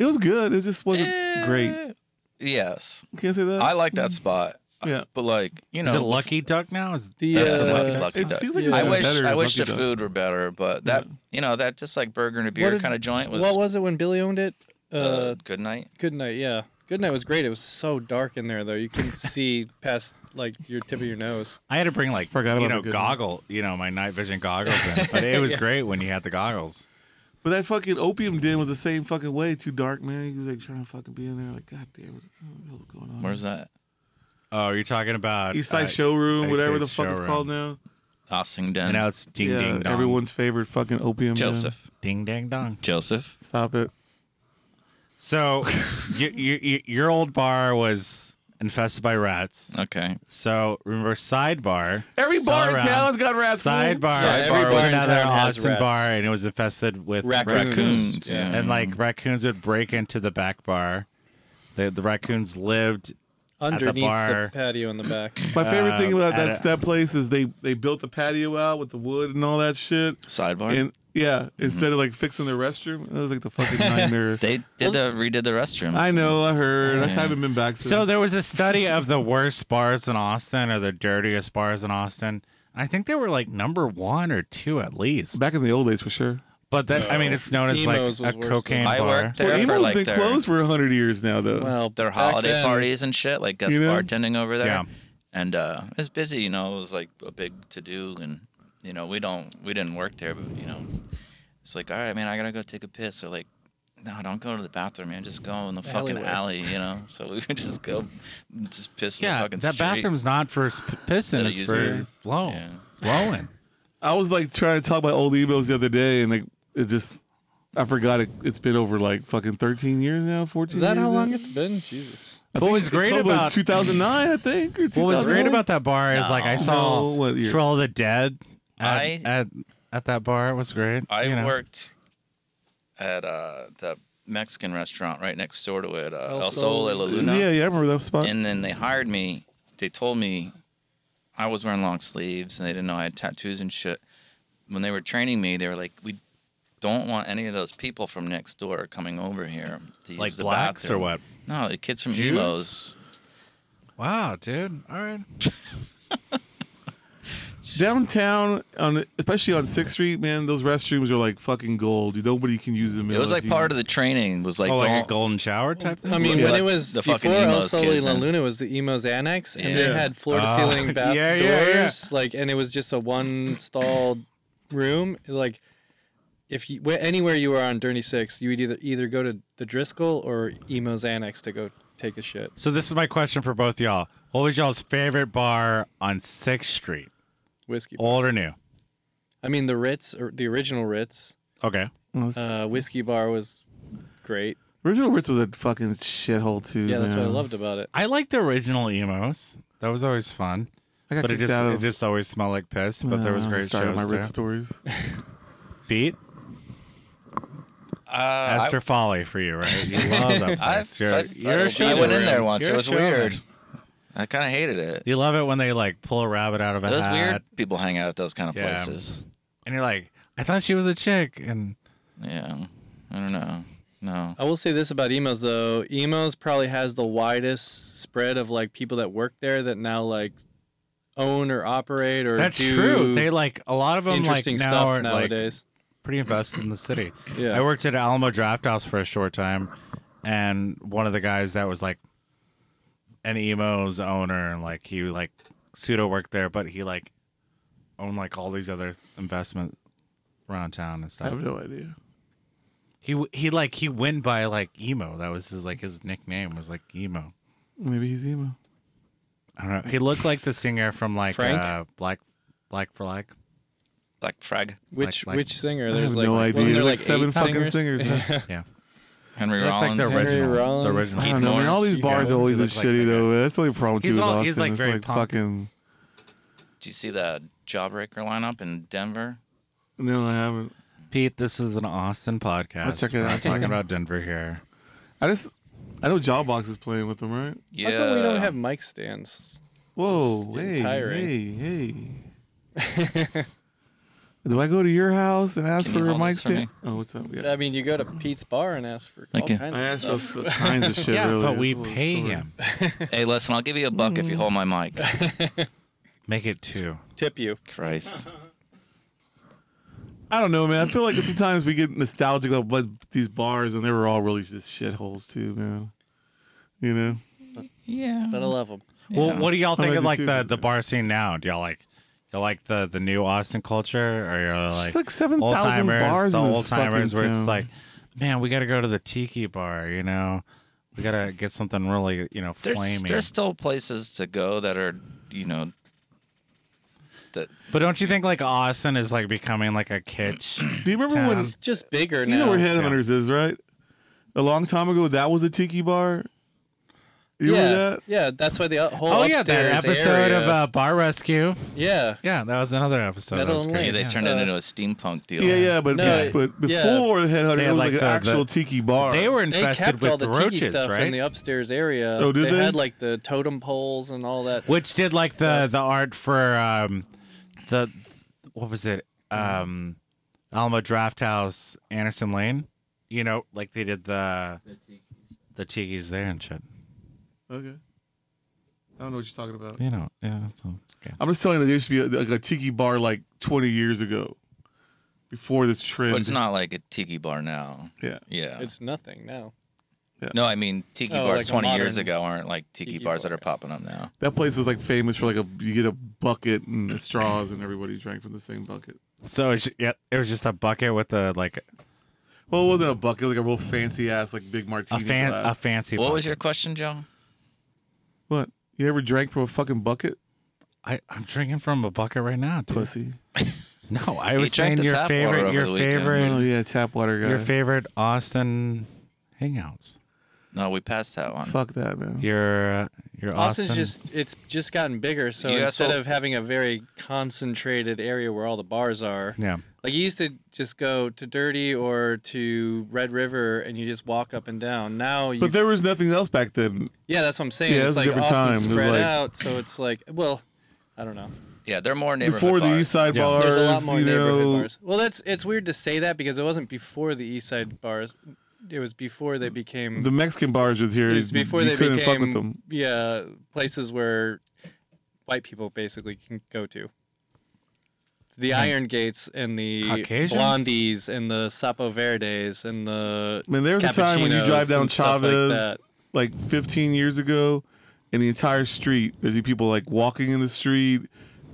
It was good. It just wasn't great. Eh, Yes, Can't say that. I like that spot. Yeah. But like you know, Is it Lucky Duck now? Is The That's the uh, Lucky's Lucky it Duck. seems like Yeah. it's I gotten wish better I as wish the Lucky Duck. food were better, but that you know that just like burger and a beer did- kind of joint was, what was it when Billy owned it? Uh, uh, good night. Good night. Yeah, good night was great. It was so dark in there though; you couldn't see past like your tip of your nose. I had to bring like Forgot you about know the good goggle, you know my night vision goggles in, but it was great when you had the goggles. But that fucking opium den was the same fucking way. Too dark, man. He was like trying to fucking be in there. Like, god damn it, what the hell's going on? Where's that? Oh, you're talking about East Side uh, Showroom, East whatever Side the fuck it's Showroom. called now. Ossington. And now it's ding yeah, ding dong. everyone's favorite fucking opium. den. Joseph. ding dang dong. Joseph. Stop it. So, you, you, you, your old bar was infested by rats. Okay. So remember sidebar. Every bar in around. town's got rats. fool. Sidebar. Yeah, every sidebar bar was in another town has Austin rats. bar, and it was infested with Raccoons. Raccoons, yeah. and like raccoons would break into the back bar. The the raccoons lived. Underneath the, bar. patio in the back. My favorite thing Uh, about that at a- step place is they they built the patio out with the wood and all that shit. Sidebar. And yeah, instead of like fixing the restroom, that was like the fucking nightmare. they did the redid the restroom. I know, I heard. I Yeah. haven't been back since. So there was a study of the worst bars in Austin or the dirtiest bars in Austin. I think they were like number one or two at least. back in the old days for sure. But that I mean, it's known as like Emo's was a worse cocaine than- I bar. worked there Well, for Emo's like been their, closed for hundred years now, though. Well, their back holiday then- parties and shit, like guest You know? bartending over there. Yeah. And uh, it was busy, you know. It was like a big to do, and you know we don't we didn't work there, but you know it's like all right, man, I gotta go take a piss. Or like, no, don't go to the bathroom, man. Just go in the fucking Alleyway. alley, you know. So we would just go, just piss in the Yeah, fucking that street. bathroom's not for sp- pissing; Gotta it's use for it. blowing, Yeah. blowing. I was like trying to talk about old emails the other day, and like it just, I forgot it. It's been over like fucking thirteen years now, fourteen. Is that years how now. long it's been? Jesus. I What think was it great closed in about- 2009, I think. Or What was great 2001? about that bar is like I No, saw what year? Troll of the Dead at, I- at at that bar. It was great. I you know. worked at uh, the Mexican restaurant right next door to it, uh, El El Sol. Sol de la Luna. Yeah, yeah, I remember that spot. And then they hired me. They told me I was wearing long sleeves and they didn't know I had tattoos and shit. When they were training me, they were like, "We don't want any of those people from next door coming over here to use like the blacks or bathroom." what? No, the kids from Jews? Emos. Wow, dude. All right. Downtown, on especially on Sixth Street, man, those restrooms are like fucking gold. Nobody can use them. It was like part of the training. Was like, oh, like a don't. Um, golden shower type thing. I mean, Yeah. when it That's was the fucking before El emos Sol y kids, La huh? Luna was the emos annex, and Yeah. they had floor to Oh, ceiling bath yeah, doors, yeah, yeah. like, and it was just a one stall room. Like, if you wh- anywhere you were on Dirty Six, you would either either go to the Driscoll or emos annex to go take a shit. so this is my question for both y'all. What was y'all's favorite bar on Sixth Street, Whiskey. old or new? I mean, the Ritz or the original Ritz, Okay. of uh, whiskey bar was great. original Ritz was a fucking shithole too. Yeah, that's what I man. loved about it. I like the original emos. That was always fun. I got But it kicked just out it of- just always smelled like piss. But there was Uh, great started shows my there. Ritz stories. Pete, Uh, I, Esther Folly for you, right? You love that I, place. You're, I- you're a I went showman. in there once. You're it a was showman. weird. I kind of hated it. You love it when they like pull a rabbit out of a Those hat, weird people hang out at those kind of Yeah. places. and you're like, "I thought she was a chick." And Yeah. I don't know. No. I will say this about emos though. Emos probably has the widest spread of like people that work there that now like own or operate or that's do true. They like a lot of them like interesting now stuff are like nowadays. pretty invested in the city. Yeah. I worked at Alamo Draft House for a short time, and one of the guys that was like an emo's owner, and like he like pseudo worked there, but he like owned like all these other investments around town and I stuff. have no idea. He w- he like he went by like emo. That was his like his nickname was like emo. Maybe he's emo. I don't know. He looked like the singer from like Frank? uh, Black Black Flag. Like frag. which like- which singer? I There's have like no wasn't idea. There, There's, like like, seven eight fucking singers. singers, Yeah. Henry He looked like Rollins. the Henry original. The Rollins. original. I don't know, man. All Lawrence, these you bars know, always he was looks like shitty that guy. though. That's the only problem too He's with all- Austin. he's, like, It's very like punk. fucking. Do you see the Jawbreaker lineup in Denver? No, I haven't. Pete, this is an Austin podcast. Let's check it We're not out. talking about Denver here. I just. I know Jawbox is playing with them, right? Yeah. How come we don't have mic stands? Whoa, getting hey, hey, tiring. hey. Do I go to your house and ask Can you for a hold mic this for me? stand? Oh, what's up? Yeah. I mean, you go to Pete's bar and ask for all Okay. kinds I of asked stuff. all kinds of shit. yeah, really. but we Cool pay story. him. hey, listen, I'll give you a buck if you Hmm. hold my mic. Make it two. Tip you. Christ. I don't know, man. I feel like sometimes we get nostalgic about what these bars, and they were all really just shitholes too, man. You know, Yeah. But I love them. Well, what do y'all think like of the like two the, things, the yeah. bar scene now? Do y'all like y'all like the the new Austin culture, or you're it's like, like seven old thousand timers, bars the in this old timers, fucking where it's town. like, man, we got to go to the tiki bar. You know, we got to get something really you know There's, flaming. there's still places to go that are, you know, that But don't you think like Austin is like becoming like a kitsch? Do you remember when? Town. Just bigger now. You know where Headhunters is, right? A long time ago, that was a tiki bar. You yeah, remember that? yeah, that's why the uh, whole oh yeah, that upstairs episode area. of uh, Bar Rescue. yeah, Yeah, that was another episode. Metal that was and great. yeah, they Links. Yeah. turned it Uh, into a steampunk deal. Yeah, yeah, but No, it- but yeah. before Headhunter, They it had, like, was like, an the- actual the- tiki bar. They were They infested kept all with the tiki roaches, stuff in right? the upstairs area. Oh, did they? had like the totem poles and all that. Which did like the the art for um the what was it? Um Alamo Draft House, Anderson Lane. You know, like they did the the tiki's there and shit. Okay. I don't know what you're talking about. You know, yeah, that's all. okay. I'm just telling you, there used to be a, like a tiki bar like 20 years ago, before this trend. But it's not like a tiki bar now. Yeah. Yeah. It's nothing now. no, I mean, tiki Oh, bars like a 20 years modern ago aren't like tiki, tiki bars bar. that are popping up now. That place was like famous for like a you get a bucket and straws and everybody drank from the same bucket. So it's, yeah, it was just a bucket with a like Well, it wasn't a bucket. It was like a real fancy ass like big a martini fan a glass. fancy. What was bucket. your question, Joe? what? You ever drank from a fucking bucket? I, I'm drinking from a bucket right now. Dude. Pussy. No, I He was saying drank the your tap water favorite, over your the weekend. favorite, Oh yeah, tap water guy. your favorite Austin hangouts. No, we passed that one. Fuck that, man. Your uh, your Austin. Austin's just it's just gotten bigger, so You instead asshole. of having a very concentrated area where all the bars are, yeah. like you used to just go to Dirty or to Red River and you just walk up and down. Now you But there was nothing else back then. Yeah, that's what I'm saying. Yeah, it's that's like a different Austin's time. It was spread like- out, so it's like well, I don't know. Yeah, they're more neighborhood Before the bars. East Side Yeah. bars, There's a lot more you neighborhood know, bars. Well, that's it's weird to say that because it wasn't before the East Side bars. It was before they became the Mexican bars with here. it was before you they couldn't became fuck with them. yeah places where white people basically can go to. The Iron Gates and the Caucasians? Blondies and the Sapo Verdes and the Man, there was a time when you Cappuccinos drive down and stuff like Chavez that. like, 15 years ago, and the entire street, there's people like walking in the street,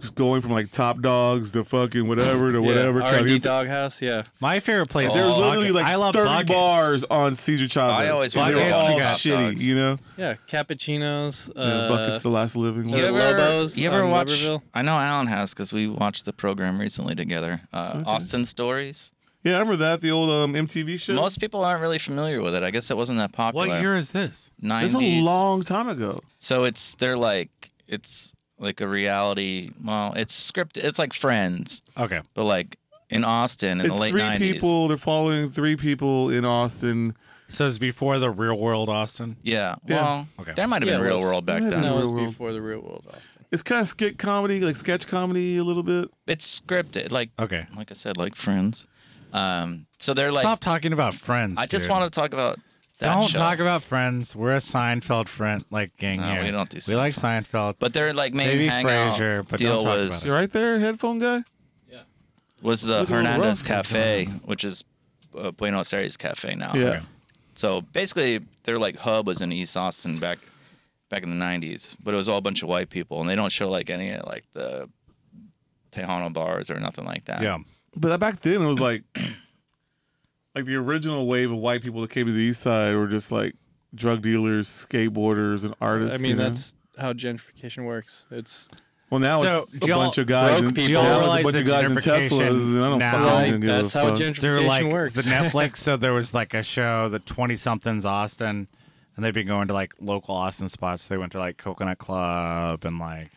just going from like top dogs to fucking whatever to whatever. yeah, trying to R&D get- Doghouse. Yeah, My favorite place. there is was literally Bucket. like I love 30 buckets. bars on Cesar Chavez. I always and they wanted were all Buckets. shitty, Dogs. you know? yeah. Cappuccinos. Yeah, uh, Bucket's the last living You one. You Yeah. ever, Lobos you ever on watch? Weberville? I know Alan has because we watched the program recently together. Uh, Austin Stories. Yeah, I remember that, the old um, MTV show. Most people aren't really familiar with it. I guess it wasn't that popular. What year is this? That's a 90s. long time ago. So it's they're like it's like a reality. Well, it's scripted. It's like Friends, Okay. but like in Austin in It's the late three 90s. people. They're following three people in Austin. So it's before the real world, Austin. Yeah. Yeah. Well, Okay. there might have Yeah, been it Real was- World back Yeah, then. the That real was world. before the real world, Austin. It's kind of skit comedy, like sketch comedy a little bit. It's scripted. Like Okay. like I said, like Friends. Um. So they're like. Stop talking about friends. I just dude. want to talk about. That Don't show. talk about friends. We're a Seinfeld friend like gang No, here. we don't do We like Seinfeld. But their like main Maybe hangout Frasier, but deal don't talk was about it. You right there, headphone guy? was the Look at all the Hernandez rough Cafe, which is uh, Buenos Aires Cafe now. Yeah. So basically, their like hub was in East Austin back back in the '90s, but it was all a bunch of white people, and they don't show like any of like the Tejano bars or nothing like that. yeah. But back then, it was like, like the original wave of white people that came to the East Side were just like drug dealers, skateboarders, and artists. I you mean, know? that's how gentrification works. It's well now So, it's do a y'all- bunch of guys, broke in, people- yeah, do y'all it's a realize bunch that of guys in Teslas, gentrification and I don't now- fucking Like, give a that's how fuck. gentrification They're like works. the Netflix. so there was like a show, the twenty somethings Austin, and they'd be going to like local Austin spots. They went to like Coconut Club and like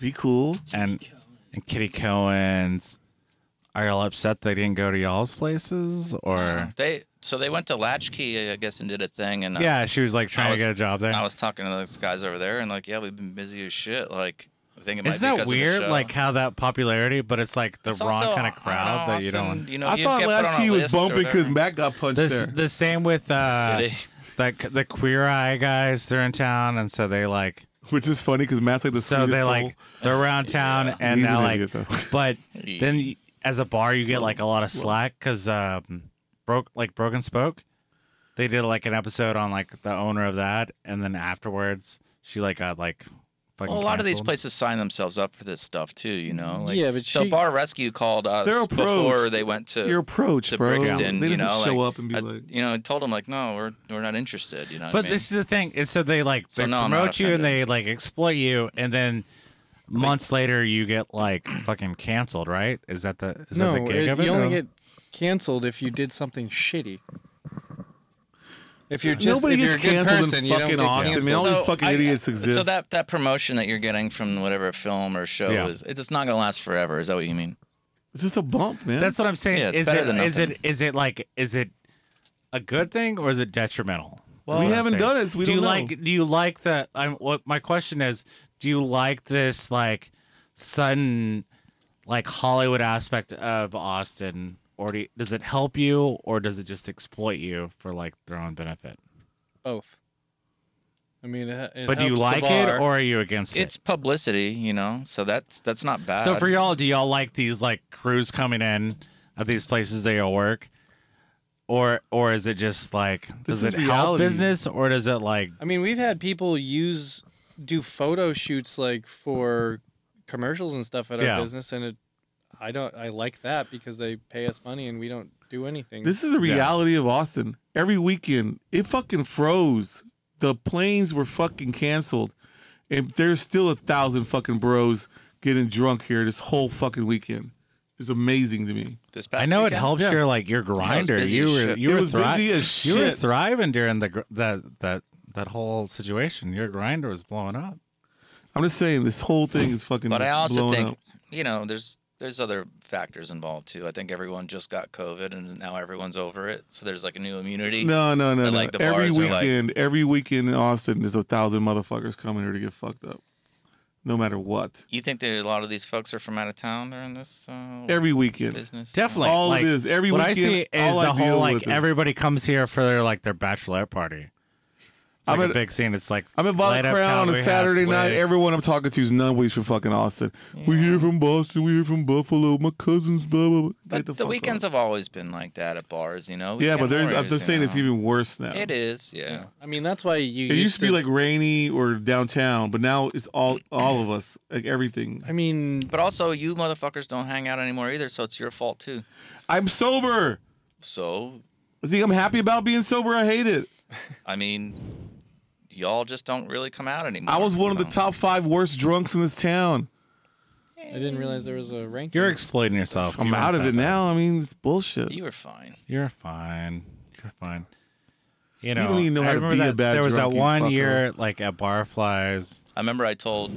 Be cool. and and Kitty Cohen's. Are y'all upset they didn't go to y'all's places or? They so they went to Latchkey, I guess, and did a thing, and uh, Yeah, she was like trying was- to get a job there. I was talking to those guys over there, and like, yeah, we've been busy as shit. Like, I think it might Isn't be that because of the weird? show. Like how that popularity, but it's like the It's wrong also, kind of I crowd know, that you don't. Austin, You know, I you'd thought get put on a Latchkey was list or bumping because whatever. Matt got punched This, there. the same with uh, They- the the queer eye guys. They're in town, and so they like Which is funny because Matt's like the so sweetest they soul. like they're around town and He's now an like idiot, though. but Yeah. then y- as a bar you get like a lot of slack because um broke like broken spoke they did like an episode on like the owner of that and then afterwards she like got like fucking Well, a lot of these canceled. places sign themselves up for this stuff too, you know. Like, Yeah, but so she- Bar Rescue called us Their before approach, they went to your approach, to bro. Brixton. they you didn't know, show like, up and be I- like, you know, I told them like, no, we're we're not interested. You know, what I but mean? this is the thing is so they like So they no, I'm not promote you and offended. they like exploit you and then months later you get like fucking canceled right is that the is no, that the gig it- of it you only or- get canceled if you did something shitty. If you're just nobody if gets you're a good canceled person, in you don't fucking get Austin, canceled. man. all these fucking idiots So exist. that that promotion that you're getting from whatever film or show Yeah. is, it's just not gonna last forever. Is that what you mean? it's just a bump, man. That's what I'm saying. Yeah, it's is better it than is nothing. it is it like is it a good thing or is it detrimental? Well, We haven't done it, so we do don't you know. like do you like the I'm what my question is, do you like this like sudden like Hollywood aspect of Austin or do you, does it help you or does it just exploit you for like their own benefit? both. I mean, it, it but do you helps like the it bar. or are you against It's publicity, you know. So that's that's not bad. it? So for y'all, do y'all like these like crews coming in at these places they all work? Or or is it just like does This it is help reality. business or does it like I mean, we've had people use do photo shoots like for commercials and stuff at Yeah. our business, and it, I don't. I like that because they pay us money and we don't do anything. This is the Yeah. reality of Austin. Every weekend, it fucking froze. The planes were fucking canceled. And there's still a thousand fucking bros getting drunk here this whole fucking weekend. is amazing to me. This past I know it weekend? helps your like your grinder. busy you as were shit. you It were was thri- busy as you were shit. thriving during the gr- that that that whole situation. Your grinder was blowing up. I'm just saying this whole thing is fucking. But I also blown think up. you know there's there's other factors involved too. I think everyone just got COVID and now everyone's over it, so there's like a new immunity. No, no, no, I no. like the every bars are like- weekend, every weekend in Austin, there's a thousand motherfuckers coming here to get fucked up, no matter what. You think that a lot of these folks are from out of town? They're in this uh, Every weekend, business. Definitely, all like, it is every what I weekend. see is all the I deal whole like with is- everybody comes here for their like their bachelorette party. It's I'm like a at- big scene. It's like I'm in Bottle light up Crown on a cowboy hats, Saturday night. wigs. Everyone I'm talking to is nunways from fucking Austin. We here from Boston. We here from Buffalo. My cousins. Blah blah. blah. Get But the the, fuck weekends off. have always been like that at bars, you know. yeah, Weekend but there's, I'm warriors, just you saying it's know? even worse now. It is, yeah. I mean, that's why you It used to be to- like rainy or downtown, but now it's all all of us, like everything. I mean, But also, you motherfuckers don't hang out anymore either, so it's your fault too. I'm sober. So, I think I'm happy about being sober. I hate it. I mean, y'all just don't really come out anymore. I was one of the so. top five worst drunks in this town. I didn't realize there was a ranking. You're exploiting yourself. I'm You out weren't of that it bad. now. I mean, it's bullshit. You were fine. You're fine. You're fine. You know, don't even know I how to remember be a that, bad There was drunk, that you one fucker. year, like at Barflies. I remember I told.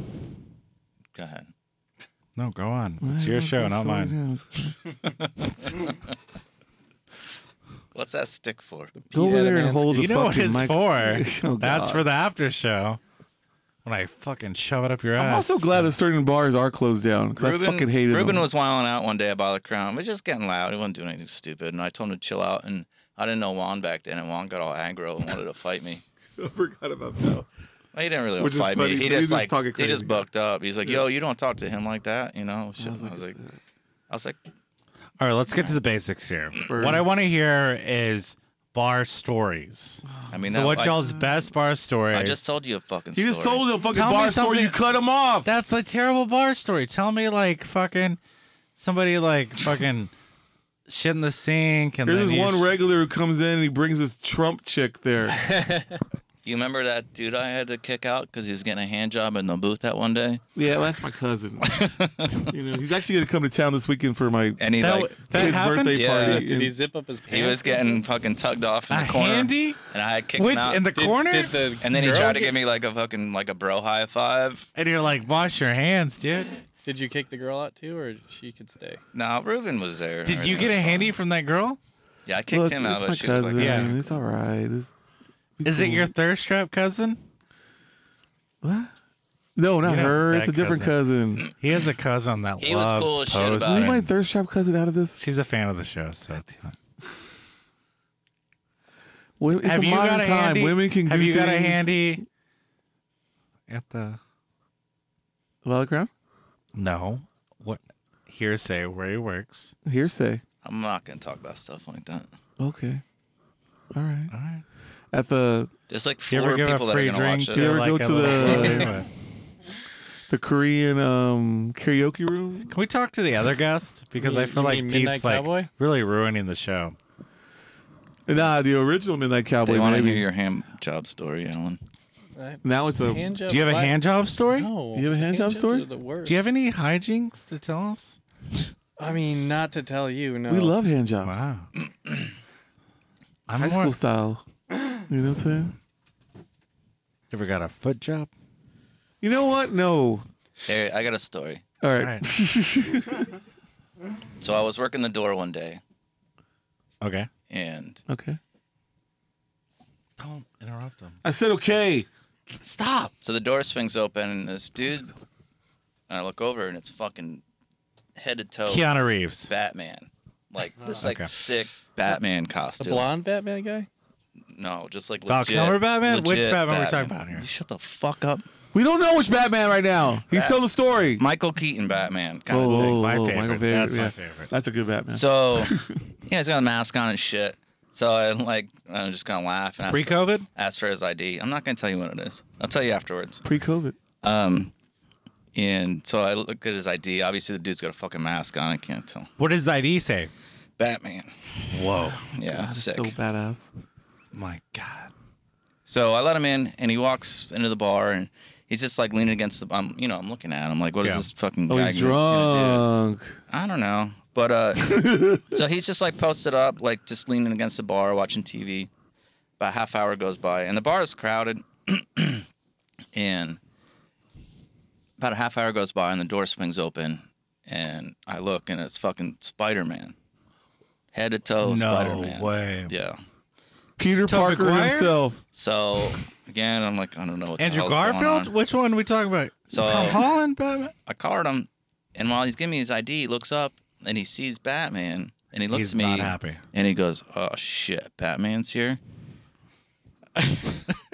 Go ahead. No, go on. It's your show, not mine. What's that stick for? Go over there and hold the You know what fucking it's mic. for? Oh, That's God. for the after show. When I fucking shove it up your I'm ass. also glad that certain bars are closed down because I Ruben, fucking hated Ruben them. was wilding out one day about the crown. It was just getting loud. He wasn't doing anything stupid. And I told him to chill out. And I didn't know Juan back then. And Juan got all aggro and wanted to fight me. I forgot about that. Well, He didn't really want Which to is fight me. funny. He He just was like talking he just crazy. bucked up. He's like, "Yo, you don't talk to him like that," you know. Shit. I was like, I was like, All right, let's get to the basics here. Spurs. What I want to hear is bar stories. I mean, So, that, what I, y'all's best bar story? I just told you a fucking. he just story. told the fucking Tell me bar story. something- You cut him off. That's a terrible bar story. Tell me, like, fucking somebody, like, fucking shit in the sink. And There's then this you one sh- regular who comes in and he brings this Trump chick there. You remember that dude I had to kick out because he was getting a hand job in the booth that one day, yeah, that's my cousin. you know, he's actually gonna come to town this weekend for my and he That like w- that his happened? birthday Yeah. party. Did he in- zip up his pants? he was getting fucking tugged off in a the corner, handy? and I had kicked Which, him out. in the Did- corner? Did the and then he girl tried to get- give me like a fucking like a bro high five. and you're like, wash your hands, dude. Did you kick the girl out too, or she could stay? No, Reuben was there. and Did you everything get was a fine. handy from that girl? Yeah, I kicked Look, him out, it's but my she was like, cousin. "Yeah, Yeah. It's all right. It's- be Is it your cool." thirst trap cousin? What? No, not You know, her. that It's a different cousin. He has a cousin that He was loves cool as shit posing. about Leave it. my thirst trap cousin out of this. She's a fan of the show, so it's not. Wo- It's have a you modern got a time. handy? Women can have do you got a things. handy at the? Violet Crown? No, what hearsay where he works? Hearsay. I'm not gonna talk about stuff like that." Okay. All right. All right. At the There's like Do you ever four give people a that are free gonna drink watch to you it. ever like go a to little- the- the Korean um, karaoke room. Can we talk to the other guest because You- I feel you like mean Midnight Pete's like Cowboy? really ruining the show. Nah, the original Midnight They Cowboy. want to Maybe hear your hand job story, Alan. Uh, now it's a. hand job Do you have a why- hand job story? No. You have a hand job jobs story? are the worst. Do you have any hijinks to tell us? I mean, not to tell you. No. we love hand jobs. Wow. I'm High more, school style. You know what I'm saying? You ever got a foot job? You know what? No. Hey, I got a story. All All right. right. So I was working the door one day, Okay. and Okay. Don't interrupt him. I said okay. Stop. so the door swings open, and this dude, and I look over, and it's fucking head to toe Keanu Reeves. Batman, like this like Okay. sick Batman the costume. blonde Batman guy. No, just like Val legit, Kilmer Batman? Which legit Batman we talking about here? You shut the fuck up. We don't know which Batman right now. He's Bat- telling the story. Michael Keaton Batman. Kind Whoa, of thing. whoa, My whoa, Michael favorite. Bay, That's my yeah. favorite. That's a good Batman. So yeah, he's got a mask on and shit. So I'm like, I'm just gonna laugh and ask, Pre COVID? ask for his ID. I'm not gonna tell you what it is. I'll tell you afterwards. Pre-COVID. Um, and so I look at his ID. Obviously, the dude's got a fucking mask on. I can't tell. What does ID say? Batman. Whoa. Yeah, That's sick. so badass. My God. So I let him in, and he walks into the bar, and He's just like leaning against the. I'm, you know, I'm looking at him like, what is Yeah. this fucking? Oh, guy he's gonna- gonna do? drunk. I don't know. But uh so he's just like posted up, like just leaning against the bar, watching TV. About half hour goes by, and the bar is crowded. and about a half hour goes by, and the door swings open, and I look, and it's fucking Spider Man, head to toe Spider Man. way. Oh, Yeah. Peter Tobey Parker Maguire? himself. So again, I'm like, I don't know what. the Andrew hell's going Garfield? on. Which one are we talking about? So- Tom Holland, Batman? I card him, and while he's giving me his ID, he looks up and he sees Batman, and he looks He's at me, not happy. and he goes, "Oh shit, Batman's here."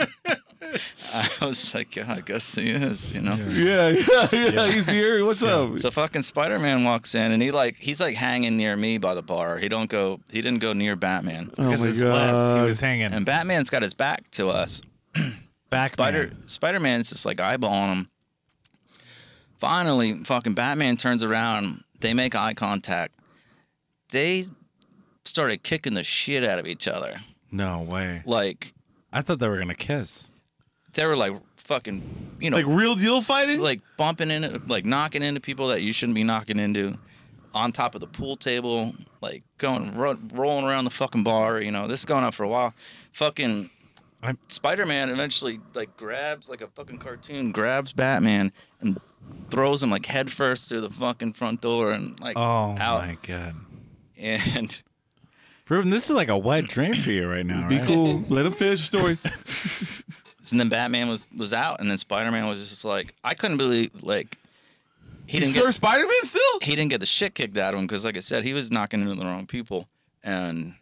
I was like, "Yeah, I guess he is," you know. Yeah, yeah, yeah, He's here. What's up? So fucking Spider Man walks in, and he like he's like hanging near me by the bar. He don't go. He didn't go near Batman. oh my Because his webs, he god. was hanging. And Batman's got his back to us, back Spider Spider Man's just like eyeballing him. Finally, fucking Batman turns around. They make eye contact. They started kicking the shit out of each other. No way. Like I thought they were gonna kiss. they were like fucking, you know, Like like, real deal fighting? bumping into, like knocking into people that you shouldn't be knocking into, on top of the pool table, like going ro- rolling around the fucking bar. You know, this is going on for a while. Fucking I'm- Spider-Man eventually like grabs like a fucking cartoon, grabs Batman and throws him like headfirst through the fucking front door and like Oh out. my god. And Ruben, this is like a wet dream for you right now. Be right? cool. Let him finish the story. and then Batman was was out, and then Spider-Man was just like, I couldn't believe like he didn't Sir get, Spider Man still? he didn't get the shit kicked out of him because like I said, he was knocking into the wrong people and.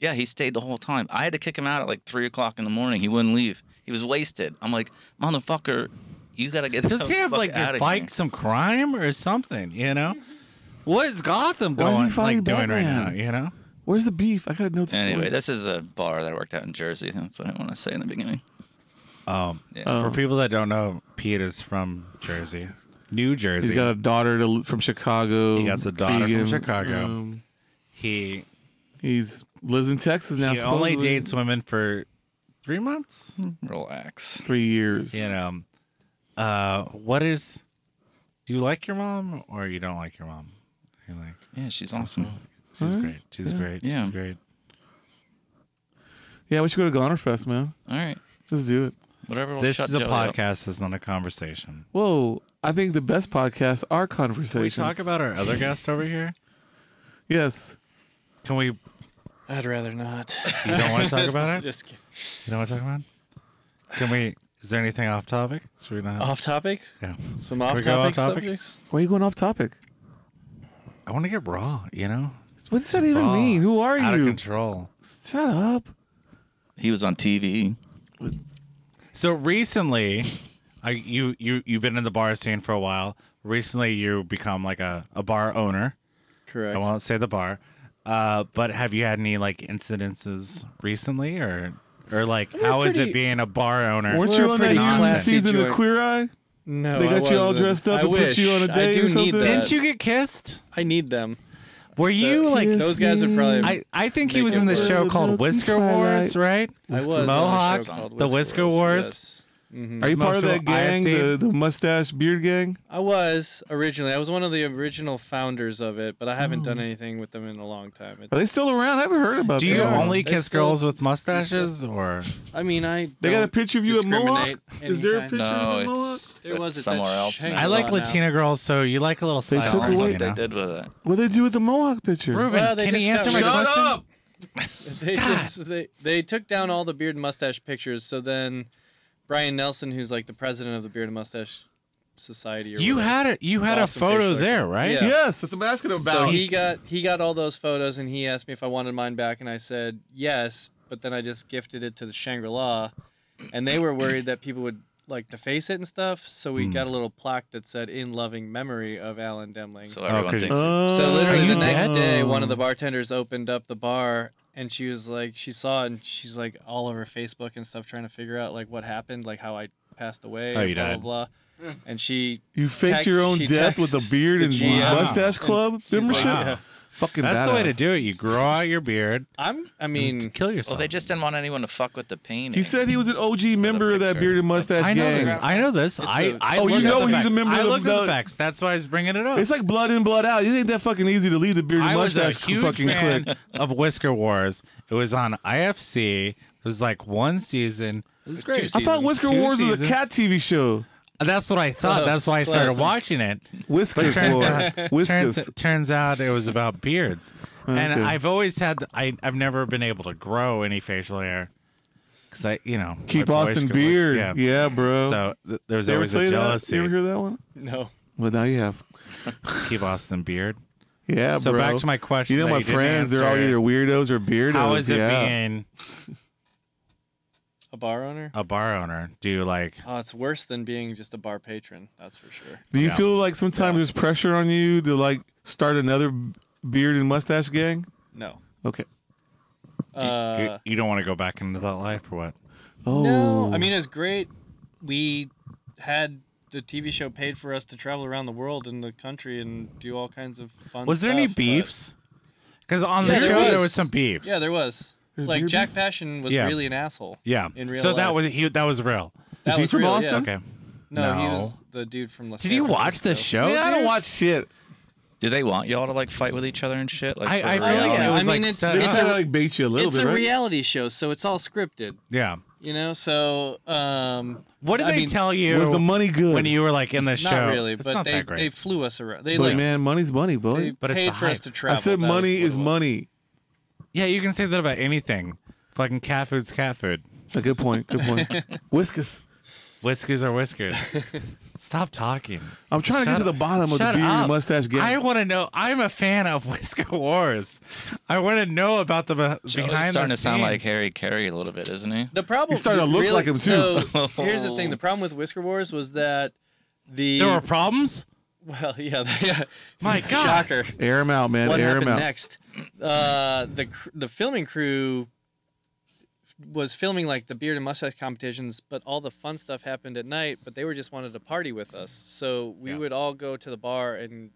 Yeah, he stayed the whole time. I had to kick him out at like three o'clock in the morning. He wouldn't leave. He was wasted. I'm like, motherfucker, you gotta get. the Does he have fuck like outta to here." fight some crime or something? You know, what is Gotham Why is he going fighting like doing right now? Batman? You know, Where's the beef? I gotta know the Anyway, story. this is a bar that I worked out in Jersey. That's what I want to say in the beginning. um, Yeah. Oh. for people that don't know, Pete is from Jersey, New Jersey. He's got a daughter to, from Chicago. He got a daughter from vegan. Chicago. Um, he he's lives in Texas now. he only supposedly. dates women for three months. Relax. three years. You know, uh, what is? Do you like your mom or you don't like your mom? You're like, Yeah, she's awesome. she's Huh? great, she's Yeah. great, Yeah. she's great. Yeah, we should go to Gonerfest, man. All right. Let's do it. Whatever. Will This shut is a Joey up. podcast. It's not a conversation. Whoa. I think the best podcasts are Can we conversations. talk about our other guest over here? Yes. Can we? You I'd rather not. don't want to talk about it? Just kidding. You don't want to talk about it? Can we? Is there anything off topic? Should we not? Off topic? yeah. Some off go off topic topic? subjects? Why are you going off topic? I want to get raw. You know, What does that even raw, mean? Who are Out of you? control. Shut up. He was on TV. So recently, I you you you've been in the bar scene for a while. Recently, you become like a a bar owner. I Correct. won't say the bar. Uh, but have you had any like incidences recently, or or like how is pretty- it being a bar owner? Weren't We're you on that pretty you classy season of joint. Queer Eye? No, They I got you all wasn't. dressed up I and put wish. you on a I date do or something? Need that. Didn't you get kissed? I need them. Were you like Kiss Those guys would probably. I, I think he Make was it in the work. show called Little Whisker Twilight. Wars, right? I was on a show Mohawk, called the Whisker Wars. yes. Are you part of that Mm, Marshall, gang, IFC? the, the mustache beard gang? I was originally. I was one of the original founders of it, but I haven't done Oh. anything with them in a long time. It's, Are they still around? I haven't heard about Do them. you Yeah. only They kiss still- girls with mustaches or I mean, I. They got a don't picture of you at Mohawk? discriminate any Is there a kind. picture No, of you at Mohawk? it's There was it's somewhere at else. Shane. I now. like Well, now- Latina girls, so you like a little They style. took I don't know away- what they did with it. What they do with the Mohawk picture? Ruben, Well, they can just he got answer my rid of question? Shut They just they they took down all the beard and mustache pictures. So then, Brian Nelson, who's like the president of the Beard and Mustache Society, or You whatever, had a you had a Awesome photo facial there, expression. right? Yeah. Yes, that's what I'm asking about. So he got he got all those photos, and he asked me if I wanted mine back, and I said yes. But then I just gifted it to the Shangri La, and they were worried that people would like deface it and stuff. So Hmm. we got a little plaque that said "In loving memory of Alan Demling." So Oh, So, everyone Okay. thinks. Uh, literally Uh, you the next dead? day, one of the bartenders opened up the bar, and she was like, she saw it, and she's like all over Facebook and stuff, trying to figure out like what happened, like how I passed away. Oh, and you blah, died. blah blah. And she You faked text- your own she death with a texts beard the and GM. mustache club She's membership? like, yeah. Fucking That's the way to badass. do it. You grow out your beard. I'm. I to mean, kill yourself. Well, they just didn't want anyone to fuck with the painting. He said he was an OG member of that picture. bearded mustache I know gang. this. I know this. It's I a- I Oh, you looked at know the he's a facts. member I of the- looked at the- the facts. That's why I was bringing it up. It's like blood in, blood out. It ain't that fucking easy to leave the bearded I was a mustache huge fucking fan click. of Whisker Wars. It was on IFC. It was like one season. It was great. I thought Whisker Two Wars was a seasons. cat TV show. That's what I thought. Close, That's why I close. started watching it. Whiskers, turns Lord. out- Whiskers. Turns, turns out it was about beards, and Okay. I've always had. I I've never been able to grow any facial hair because I, you know, Keep my boys Austin could- beard. Yeah. yeah, bro. So th- there was you ever always say a that? You jealousy. ever hear that one? no. Well, now you have. Keep Austin beard. Yeah, So bro. back to my question. You know that my didn't friends, they're all answer. either weirdos or beardos. How is it yeah. being A bar owner. a bar owner? Do you like? Oh, it's worse than being just a bar patron. That's for sure. Do you Yeah. feel like sometimes there's pressure on you to like start another beard and mustache gang? No. Okay. you- Uh, you, you don't want to go back into that life or what? Oh, No, I mean it's great. We had the TV show paid for us to travel around the world and the country and do all kinds of fun. Was there any stuff, but- beefs? Because on Yeah, the Uh, there show there was. was some beefs. Yeah, there was. There's like beer Jack Passion was Yeah. really an asshole. Yeah. in real so that life. was he. That was real. That he was from real, Austin? yeah. Okay. No, he No. was the dude from. Los Did you Angeles, watch the so- show? yeah, I don't dude? watch shit. Do they want y'all to like fight with each other and shit? Like, I- for I feel Oh, like reality? it yeah. was I like mean, it's- set They it's up. try a- to like bait you a little It's bit, a right? reality show, so it's all scripted. Yeah. You know, so um, What did I they mean, tell you? Was the money good? when you were like in the show? Not really, it's but not they that great. they flew us around. They but like man, money's money, they boy. but it's paid the for us hype. to I travel. said That was money what is it was. money. yeah, you can say that about anything. Fucking cat food's cat food. A good point. Good point. Whiskers. Whiskers are whiskers. Stop talking. I'm trying Shut to get to up. the bottom of Shut the beard up. and mustache gang. I want to know. I'm a fan of Whisker Wars. I want to know about the be- Joey's behind starting the to sound like scenes. Harry Carey a little bit, isn't he? The problem He's starting to the look real- like him, too. So here's the thing: the problem with Whisker Wars was that the There were problems. well, yeah, yeah. My it's a God. shocker. air him out, man. What air happened him out. next? Uh, the cr- the filming crew was filming like the beard and mustache competitions, but all the fun stuff happened at night. But they were just wanted to party with us, so we Yeah. would all go to the bar and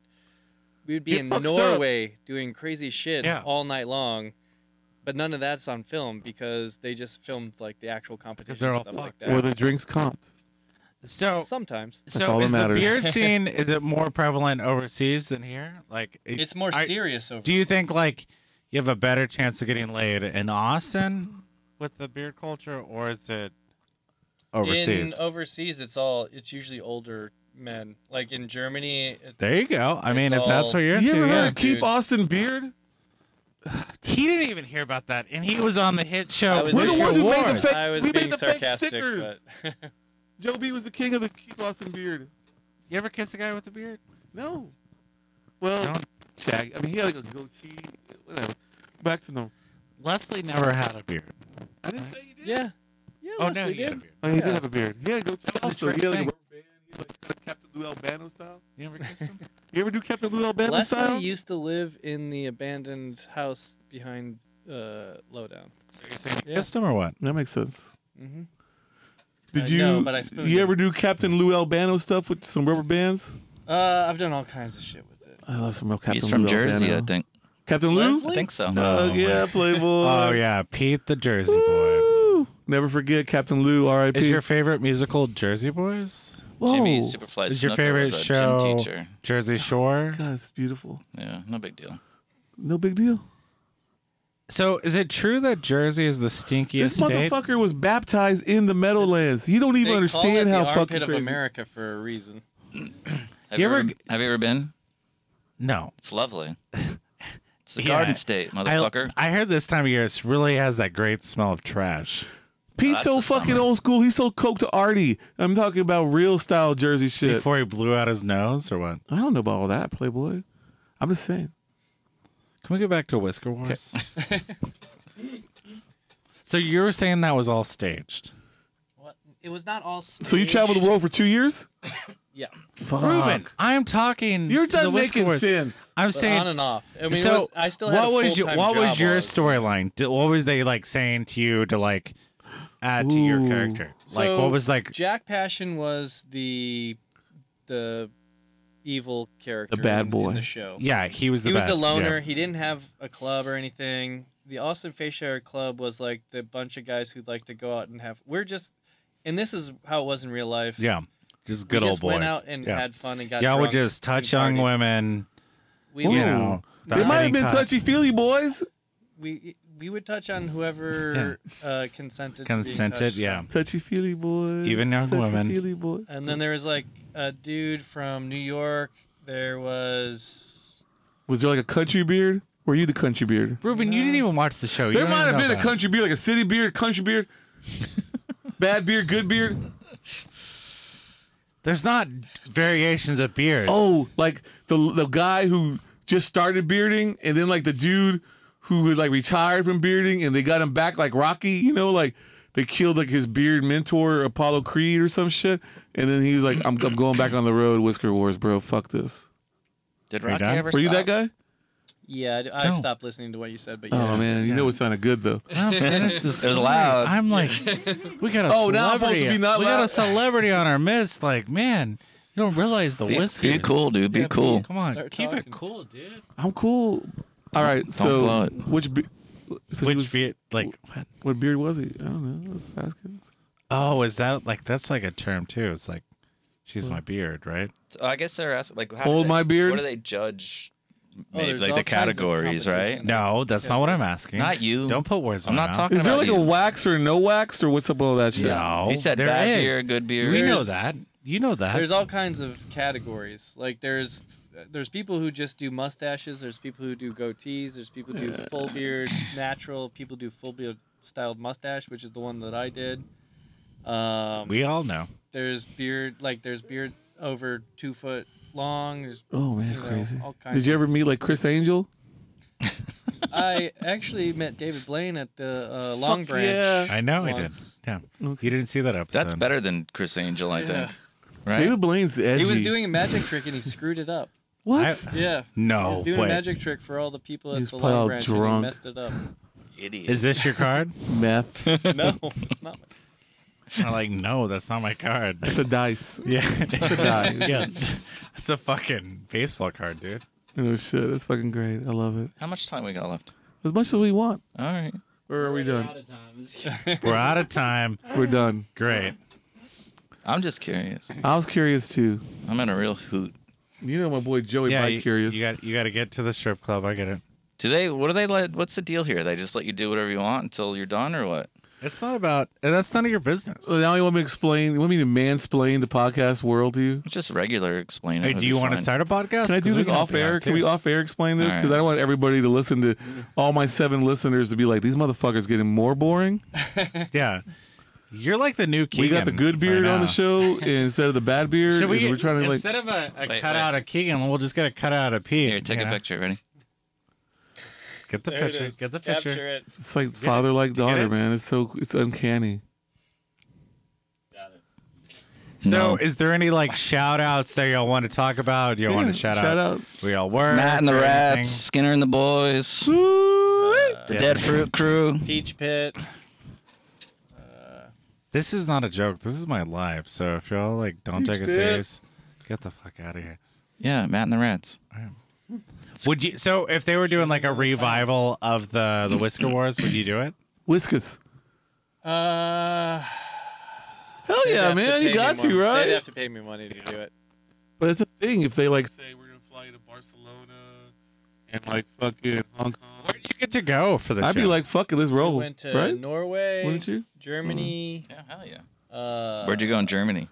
we would be Get in fucked up. Norway doing crazy shit Yeah. all night long. But none of that's on film because they just filmed like the actual competition they're all stuff like fucked. oh. that. Or the drinks comped. So, Sometimes so all that is the matters. beard scene is it more prevalent overseas than here? Like it- it's more I- serious over. Do you think like you have a better chance of getting laid in Austin with the beard culture, or is it overseas? In overseas, it's all it's usually older men. Like in Germany, it, there you go. I mean, It's if that's all- what you're You into, ever heard yeah. of Keep Dudes. Austin Beard? He didn't even hear about that, and he was on the hit show. I was We're the Whisker ones who made the Wars. fake. I was we being made the fake sarcastic, stickers. but Joe B was the king of the Keep Austin Beard. You ever kiss a guy with a beard? No. Well, No. Shag. I mean, he had like a goatee. Whatever. Back to normal. Leslie never had a beard. I didn't say he did. yeah, yeah. Oh no, Leslie he had a did. beard. Oh, he Yeah. did have a beard. He had a goatee. That was also. the He had like a thing. rubber band. He had like kind of Captain Lou Albano style. You never kissed him? You ever do Captain Lou Albano Leslie style? used to live in the abandoned house behind uh, Lowdown. so you're saying you Yeah. kissed him or what? That makes sense. Mm-hmm. Did Uh, you? no, but I spooned you him. ever do Captain Lou Albano stuff with some rubber bands? Uh, I've done all kinds of shit with it. I love some real Captain He's Lou from Jersey, Albano. I think. Captain Lou? Leslie? I think so. Fuck Oh, yeah, man. Playboy. Oh yeah, Pete the Jersey Boy. Uh, Woo! Never forget Captain Lou, R.I.P. Is your favorite musical Jersey Boys? Whoa. Jimmy Superfly Is your Snooker favorite was a show- gym teacher. Jersey Shore. Oh, God, it's beautiful. Yeah, no big deal. No big deal. So is it true that Jersey is the stinkiest This state? motherfucker was baptized in the Meadowlands. You don't even They understand call it how the armpit fucking of crazy. America for a reason. Have You you, ever- ever, have you ever been? No. It's lovely. It's the Yeah, I- Garden State, motherfucker. I, I heard this time of year it really has that great smell of trash. Pete's That's so the fucking summer. old school. He's so coked to Artie. I'm talking about real style Jersey shit. Before he blew out his nose or what? I don't know about all that, Playboy. I'm just saying. Can we go back to Whisker Wars? so you were saying that was all staged. What? It was not all. Staged. So you traveled the world for two years? Yeah, Fuck. Ruben, I'm talking. You're to done the Whisker making Wars. sense. I'm but saying. on and off. I mean, it so was- I still had what a was your full-time what was job your while I storyline? Did- What was they like saying to you to like add to your Ooh. character? Like So, what was like Jack Passion was the the evil character, bad in- in boy. the show. Yeah, he was the he was bad- the yeah. loner. He didn't have a club or anything. The Austin Facial Club was like the bunch of guys who'd like to go out and have. We're just, and this is how it was in real life. Yeah, just good we old just boys. went out and yeah. had fun and got. Y'all would drunk just touch and young partied. women. We, You would- know, They without might have any been con- touchy feely boys. we we would touch on whoever uh, consented. to being Consented, touched yeah. Touchy feely boys. Even young touchy women. Feely boys. And then there was like a dude from New York. There was Was there like a country beard? Were you the country beard? Ruben, you didn't even watch the show. You There don't might even have know been a that. country beard, like a city beard, country beard, bad beard, good beard. There's not variations of beard. Oh, like the the guy who just started bearding, and then like the dude who had like retired from bearding, and they got him back like Rocky, you know, like they killed like his beard mentor Apollo Creed or some shit, and then he's like, "I'm, I'm going back on the road, Whisker Wars, bro. Fuck this." Did Are you Rocky done? ever Were you stop? that guy? yeah. I, I No. stopped listening to what you said, but yeah. Oh man, you know it sounded good though. I'll finish the story. loud. I'm like, we got a Oh, now I'm supposed to celebrity. be not we got loud. a celebrity on our midst. Like, man, you don't realize the whiskers. Be cool, dude. Be Yeah, be- cool. Come on, Start keep talking. it cool, dude. I'm cool. All right, so blow it. which be- so he was- Which beard? Like, what? what beard was he? I don't know. Let's ask him. Oh, is that like that's like a term too? It's like, she's my beard, right? So I guess they're asking like, how do Hold they- my beard? What do they judge? Oh, Maybe there's like all the kinds of categories, right? competition. No, that's not what I'm asking. Not you. Don't put words. I'm in my not mouth. talking Is there about like a you. wax or no wax or what's up with all that shit? No, He said there bad is. beer, good beer. We know There's- that. You know that. There's all kinds of categories. Like there's there's people who just do mustaches. There's people who do goatees. There's people who do full beard natural. People do full beard styled mustache, which is the one that I did. Um, we all know. there's beard like there's beard over two foot long. There's, Oh man, it's you know, crazy. all kinds Did you ever meet like Chris Angel? I actually met David Blaine at the uh, Long Fuck Branch. yeah. I know Once. I did. Yeah, you didn't see that episode. That's better than Chris Angel, I Yeah. think. Right? David Blaine's edgy. He was doing a magic trick and he screwed it up. what? I- Yeah. No, He was doing wait. a magic trick for all the people He at was the Oh, probably all Long Branch drunk. and he messed it up. Idiot. Is this your card? Meth. No, it's not. I'm like, no, that's not my card. the dice. Yeah, die. yeah. It's a fucking baseball card, dude. Oh shit, that's fucking great. I love it. How much time we got left? As much as we want. All right. Where are we done? We're out of time. We're done. Great. I'm just curious. I was curious too. I'm in a real hoot. You know my boy Joey Yeah, Mike you, curious. you got you got to get to the strip club. I get it. Do they? What do they let? What's the deal here? They just let you do whatever you want until you're done, or what? It's not about. and That's none of your business. so now you want me to explain you want me to mansplain the podcast world to you? It's Just regular explain. it Hey, would do be you want to fine. start a podcast? Can I 'Cause do we this help off you out, air? Can we too. off air explain this? All right. Because I don't want everybody to listen to all my seven listeners to be like, these motherfuckers getting more boring. Yeah. You're like the new Keegan. we got the good right beard on now. the show instead of the bad beard. Should and we? we're trying to like instead of a, a Wait, cutout of Keegan, we'll just get a cutout of Pete. Here, take you a know? picture. Ready? Get the picture. Get the picture. Capture it. It's like father like you get daughter, it? man. It's so it's uncanny. So, No. is there any like shout outs that y'all want to talk about? Y'all want Yeah, to shout, shout out? out. We all work. Matt and the or anything? Rats, Skinner and the Boys, the Yeah. Dead Fruit Crew. Peach Pit. This is not a joke. This is my life. So if y'all like don't take it did. serious, get the fuck out of here. Yeah, Matt and the Rats. Would you? So if they were doing like a revival of the the Whisker Wars, would you do it? Whiskers. Uh, Hell they'd have yeah, to man. You pay got me to, mon- right? They'd have to pay me money to do it. but it's a thing if they like say we're gonna fly to Barcelona and like fucking Hong Kong. Where do you get to go for the I'd be show? like, fuck it, let's We Oh, roll. went to right? Norway, Wouldn't you? Germany. Yeah, hell yeah. Mm-hmm. Uh, Where'd you go in Germany?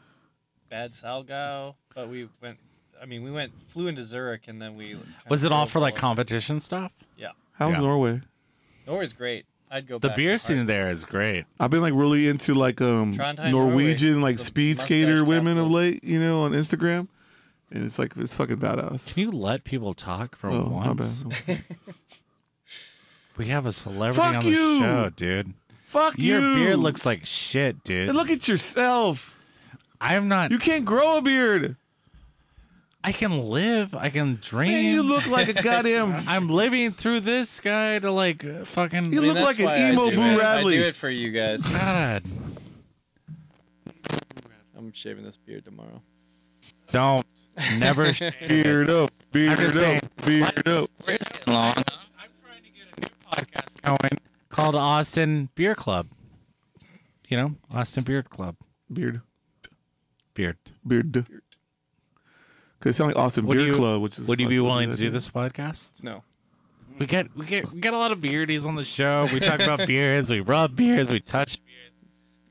Bad Salgau. But we went. I mean, we went flew into Zurich and then we. kinda was it all drove for like over. competition stuff? Yeah, How's Yeah. Norway? Norway's great. I'd go. The back beer and scene party. there is great. I've been like really into like um Trondheim, Norwegian Norway. like Some speed mustache skater women of capital. late, you know, on Instagram. And it's like it's fucking badass. Can you let people talk for Oh, my once? bad. We have a celebrity Fuck on the you! show, dude. Fuck Your you. beard looks like shit, dude. And look at yourself. I'm not. You can't grow a beard. I can live. I can dream. Man, you look like a goddamn. I'm living through this guy to like uh, fucking. You I mean, look that's like an why I emo do Boo it. Radley. I do it for you guys. God. I'm shaving this beard tomorrow. Don't never. shave it. Beardo, I'm just saying. Beardo, Beardo. We're just getting along. I'm trying to get a new podcast going called Austin Beer Club. You know, Austin Beard Club. Beard. Beard. Beard. Could it sound like Austin Would Beer you- Club, which is Would you be fucking- willing to that's do it. this podcast? No. We get we get we get a lot of beardies on the show. We talk about beards, we rub beards, we touch beards.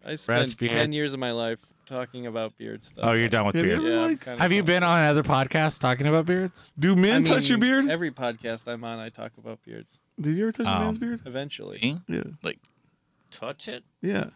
I spent beards. 10 years of my life talking about beard stuff. Oh, you're done with Have you beards. ever, Yeah, I'm like- kinda Have you done. been on other podcasts talking about beards? Do men I touch your mean, beard? Every podcast I'm on, I talk about beards Did you ever touch a man's Um, beard? eventually. Me? Yeah, Like, touch it? yeah.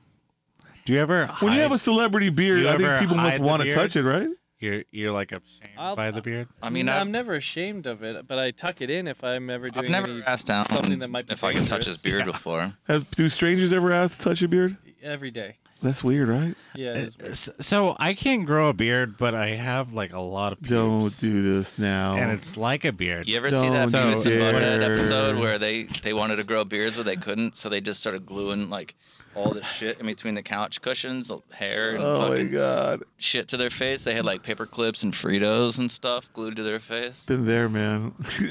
Do you ever When you hide- have a celebrity beard, You I ever think people must hide the want to beard? touch it, right? you're you're like ashamed I'll- by the beard? I mean, I'm I've, never ashamed of it, but I tuck it in if I'm ever doing I've never any- asked down something that might be if I can touch his beard before. Have do strangers ever ask to touch your beard? every day. That's weird, right? Yeah, it is. S- So I can't grow a beard, but I have like a lot of Don't pubes, do this now. and it's like a beard. You ever see that Don't Beavis and Butthead dare. episode where they they wanted to grow beards but they couldn't, so they just started gluing like all the shit in between the couch cushions, hair and oh my fucking god, shit to their face. They had like paper clips and Fritos and stuff glued to their face. been there, man.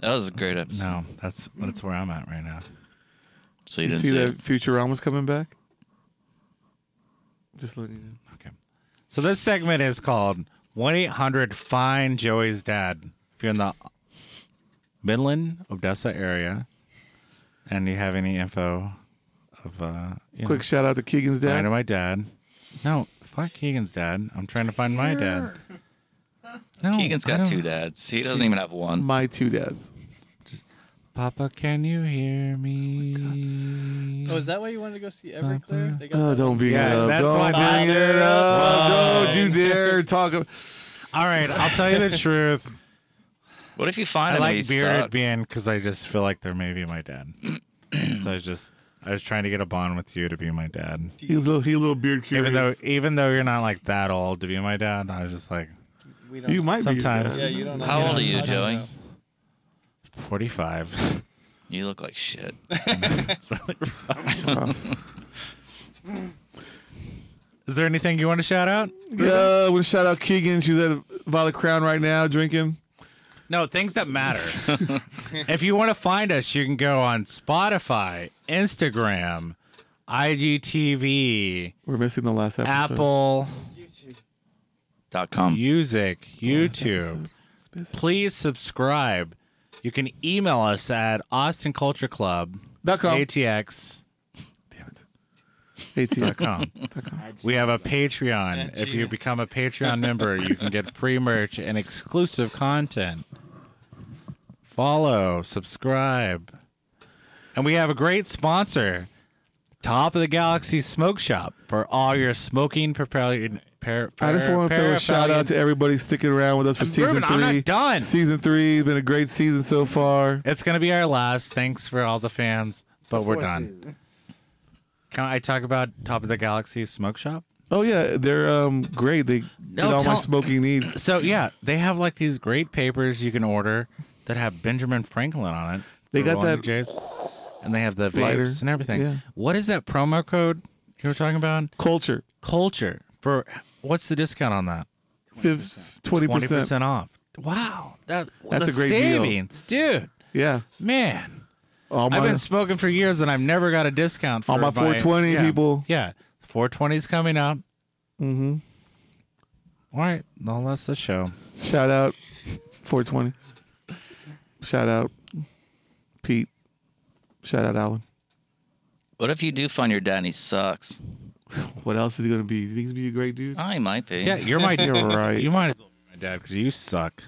That was a great episode. No, Mm-hmm. that's that's where I'm at right now. So you, you didn't see see that it. Futurama's coming back? Just letting you know. Okay. So this segment is called 1 800 Find Joey's Dad. If you're in the Midland, Odessa area and you have any info of, uh, you Quick know, shout out to Keegan's I dad. know my dad. No, fuck Keegan's dad. I'm trying to find my dad. No, Keegan's I got don't- two dads. He doesn't even have one. My two dads. Papa, can you hear me? Oh, is that why you wanted to go see Everclear? They got Oh, that don't bring Yeah, it up. that's don't what I bring it said. up. Don't you dare talk. ab- All right, I'll tell you the truth. What if you I find him and like he bearded sucks? being because I just feel like they're maybe my dad. so I was just I was trying to get a bond with you to be my dad. He's a little, he a little beard curious. Even though even though you're not like that old to be my dad, I was just like We don't you might Sometimes. be. Yeah, you don't know. How old are you, I don't Joey? know. forty five. You look like shit. Is there anything you want to shout out? Yeah, I want to shout out Keegan. She's at Violet Crown right now drinking. No, things that matter. if you want to find us, you can go on Spotify, Instagram, IGTV, We're missing the last episode. Apple Dot com. Music, Last YouTube. episode. It's missing. please subscribe. You can email us at Austin Culture Club Dot com. ATX. Damn it. ATX. com. We have a Patreon. Yeah, If you Gmail. become a Patreon member, you can get free merch and exclusive content. Follow, subscribe. And we have a great sponsor, Top of the Galaxy Smoke Shop, for all your smoking prepared. I just want to throw a shout out to everybody sticking around with us for season Ruben, I'm three. not done. Season three has been a great season so far. It's gonna be our last. Thanks for all the fans, but we're done. Can I talk about Top of the Galaxy Smoke Shop? Oh yeah, they're um great. They No, get all my tell- smoking needs. So yeah, they have like these great papers you can order that have Benjamin Franklin on it. They for got rolling that- J's, and they have the vapes Lighter. and everything. Yeah. What is that promo code you were talking about? Culture. Culture for what's the discount on that? Twenty Twenty percent. percent off. Wow, that, That's the a great deal. savings, dude. Yeah. Man, All I've my been smoking for years and I've never got a discount for On my 420, yeah, people. Yeah, 420 is coming up. Mm-hmm. All right, well, that's the show. shout out four twenty. Shout out Pete. Shout out Alan. What if you do find your dad and he sucks? What else is he gonna be? You think he's gonna be a great dude? I might be. Yeah, you're my You're right. You might as well be my dad because you suck.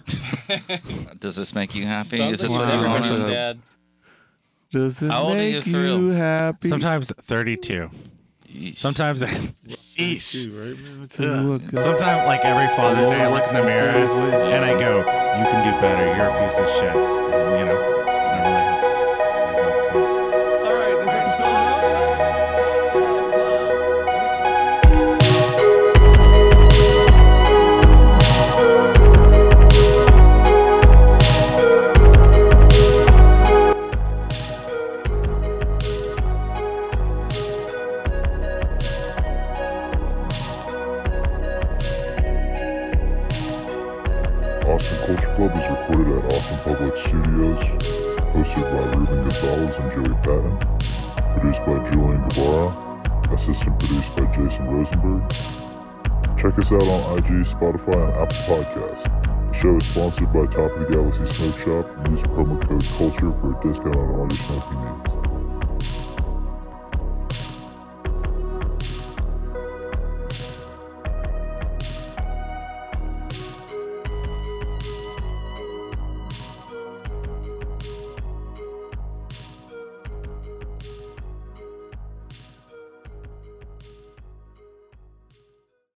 Does this make you happy? Is Sounds this like what Wow. you everybody everybody's wanted? want? dad. Does it How old are you make for you, real? happy? Sometimes 32. Sometimes, sheesh. Sometimes Sometimes, like every Father's Day, I look in the mirror and I go, "You can do better. You're a piece of shit." You know, and it really helps. It helps them. All right, this episode is over. Club is recorded at Austin Public Studios, hosted by Ruben Gonzalez and Joey Patton, produced by Julian Guevara, assistant produced by Jason Rosenberg. Check us out on IG, Spotify, and Apple Podcasts. The show is sponsored by Top of the Galaxy Smoke Shop. Use promo code CULTURE for a discount on all your smoking needs.